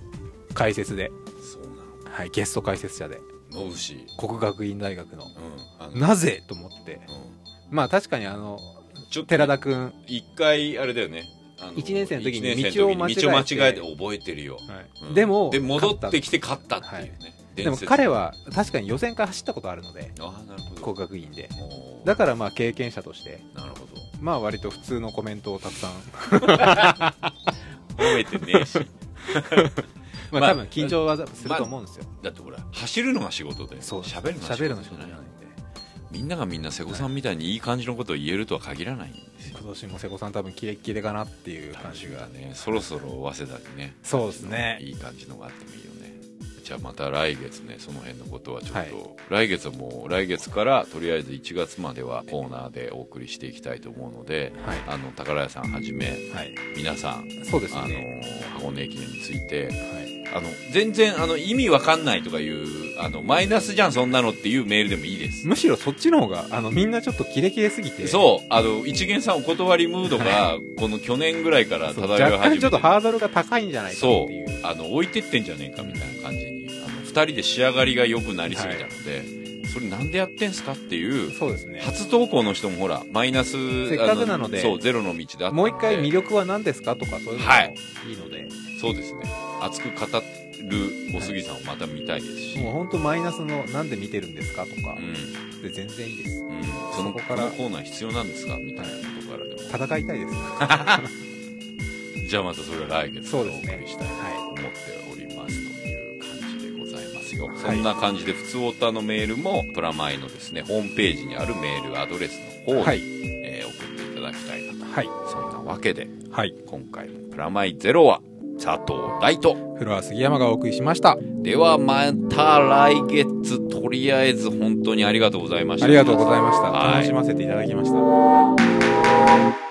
C: 解説で、
B: そうな
C: はい、ゲスト解説者で
B: のノブシ
C: 国学院大学の
B: うんあの
C: なぜと思って
B: う
C: まあ確かにあの
B: んちょっと
C: 寺田君
B: 一回あれだよねあの
C: 一年生の時に
B: 一年生
C: 道を
B: の時
C: 間違えて
B: 道を間違えて覚えてるよ、
C: はい
B: うん
C: でも
B: で戻ってきて勝ったっていうね、
C: でも
B: 伝説
C: 彼は確かに予選から走ったことあるので
B: ああなるほ
C: 工
B: ど
C: 学院で
B: おー
C: だからまあ経験者として
B: なるほど
C: まあ割と普通のコメントをたく さん
B: 覚えてね えし
C: ま
B: ま
C: あ
B: あ
C: 多分緊張はすると思うんですよ、
B: だってほら走るのが仕事で
C: そう
B: 喋るのが
C: 喋るのが仕
B: 仕
C: 事じ
B: 事じ
C: ゃなん
B: ゃないい
C: で
B: みんながみんな瀬古さんみたいにいい感じのことを言えるとは限らないんですよ
C: 今年も瀬古さん多分キレッキレかなっていう感じ
B: 話
C: が
B: がねそろそろ早稲田にね
C: そうですね
B: いい感じのがあってもいいよねじゃあまた来月ねその辺のことはちょっと、
C: はい
B: 来月はもう来月からとりあえず1月まではコーナーでお送りしていきたいと思うので
C: はい
B: あの宝屋さんはじめ
C: はい
B: 皆さん
C: そうです
B: あの
C: ね
B: 箱根駅伝について
C: はい
B: あの全然あの意味わかんないとかいうあのマイナスじゃんそんなのっていうメールでもいいです
C: むしろそっちの方があのみんなちょっとキレキレすぎて
B: そうあの一元さんお断りムードが この去年ぐらいから
C: そう
B: 漂い始めて
C: 若干ちょっとハードルが高いんじゃないかって
B: そう
C: いう
B: あの置いてってんじゃねえかみたいな感じにあの2人で仕上がりが良くなりすぎたので、それなんでやってんすかっていう
C: そうですね
B: 初投稿の人もほらマイナス
C: せっかくなので
B: あそうゼロの道であったので
C: もう一回魅力は何ですかとかそういうのも
B: はい
C: いいので、
B: そうですね熱く語る小杉さんをまた見たいですし、
C: もう本当マイナスのなんで見てるんですかとか
B: うん
C: で全然いいです
B: うん、その
C: そこ
B: こ
C: から
B: のコーナー必要なんですかみたいなところからでも
C: 戦いたい です
B: じゃあまたそれは来月
C: そ
B: お
C: う
B: 送
C: ですね
B: りしたいと思っておりますという感じでございますよ、
C: い
B: そんな感じで普通オタのメールもプラマイのですねホームページにあるメールアドレスの方に、
C: はい
B: えー送っていただきたいな
C: はい
B: とそんなわけで
C: はい
B: 今回の「プラマイゼロは佐藤大と
C: フロア杉山がお送りしました
B: ではまた来月とりあえず本当にありがとうございました
C: ありがとうございました
B: はい
C: 楽しませていただきました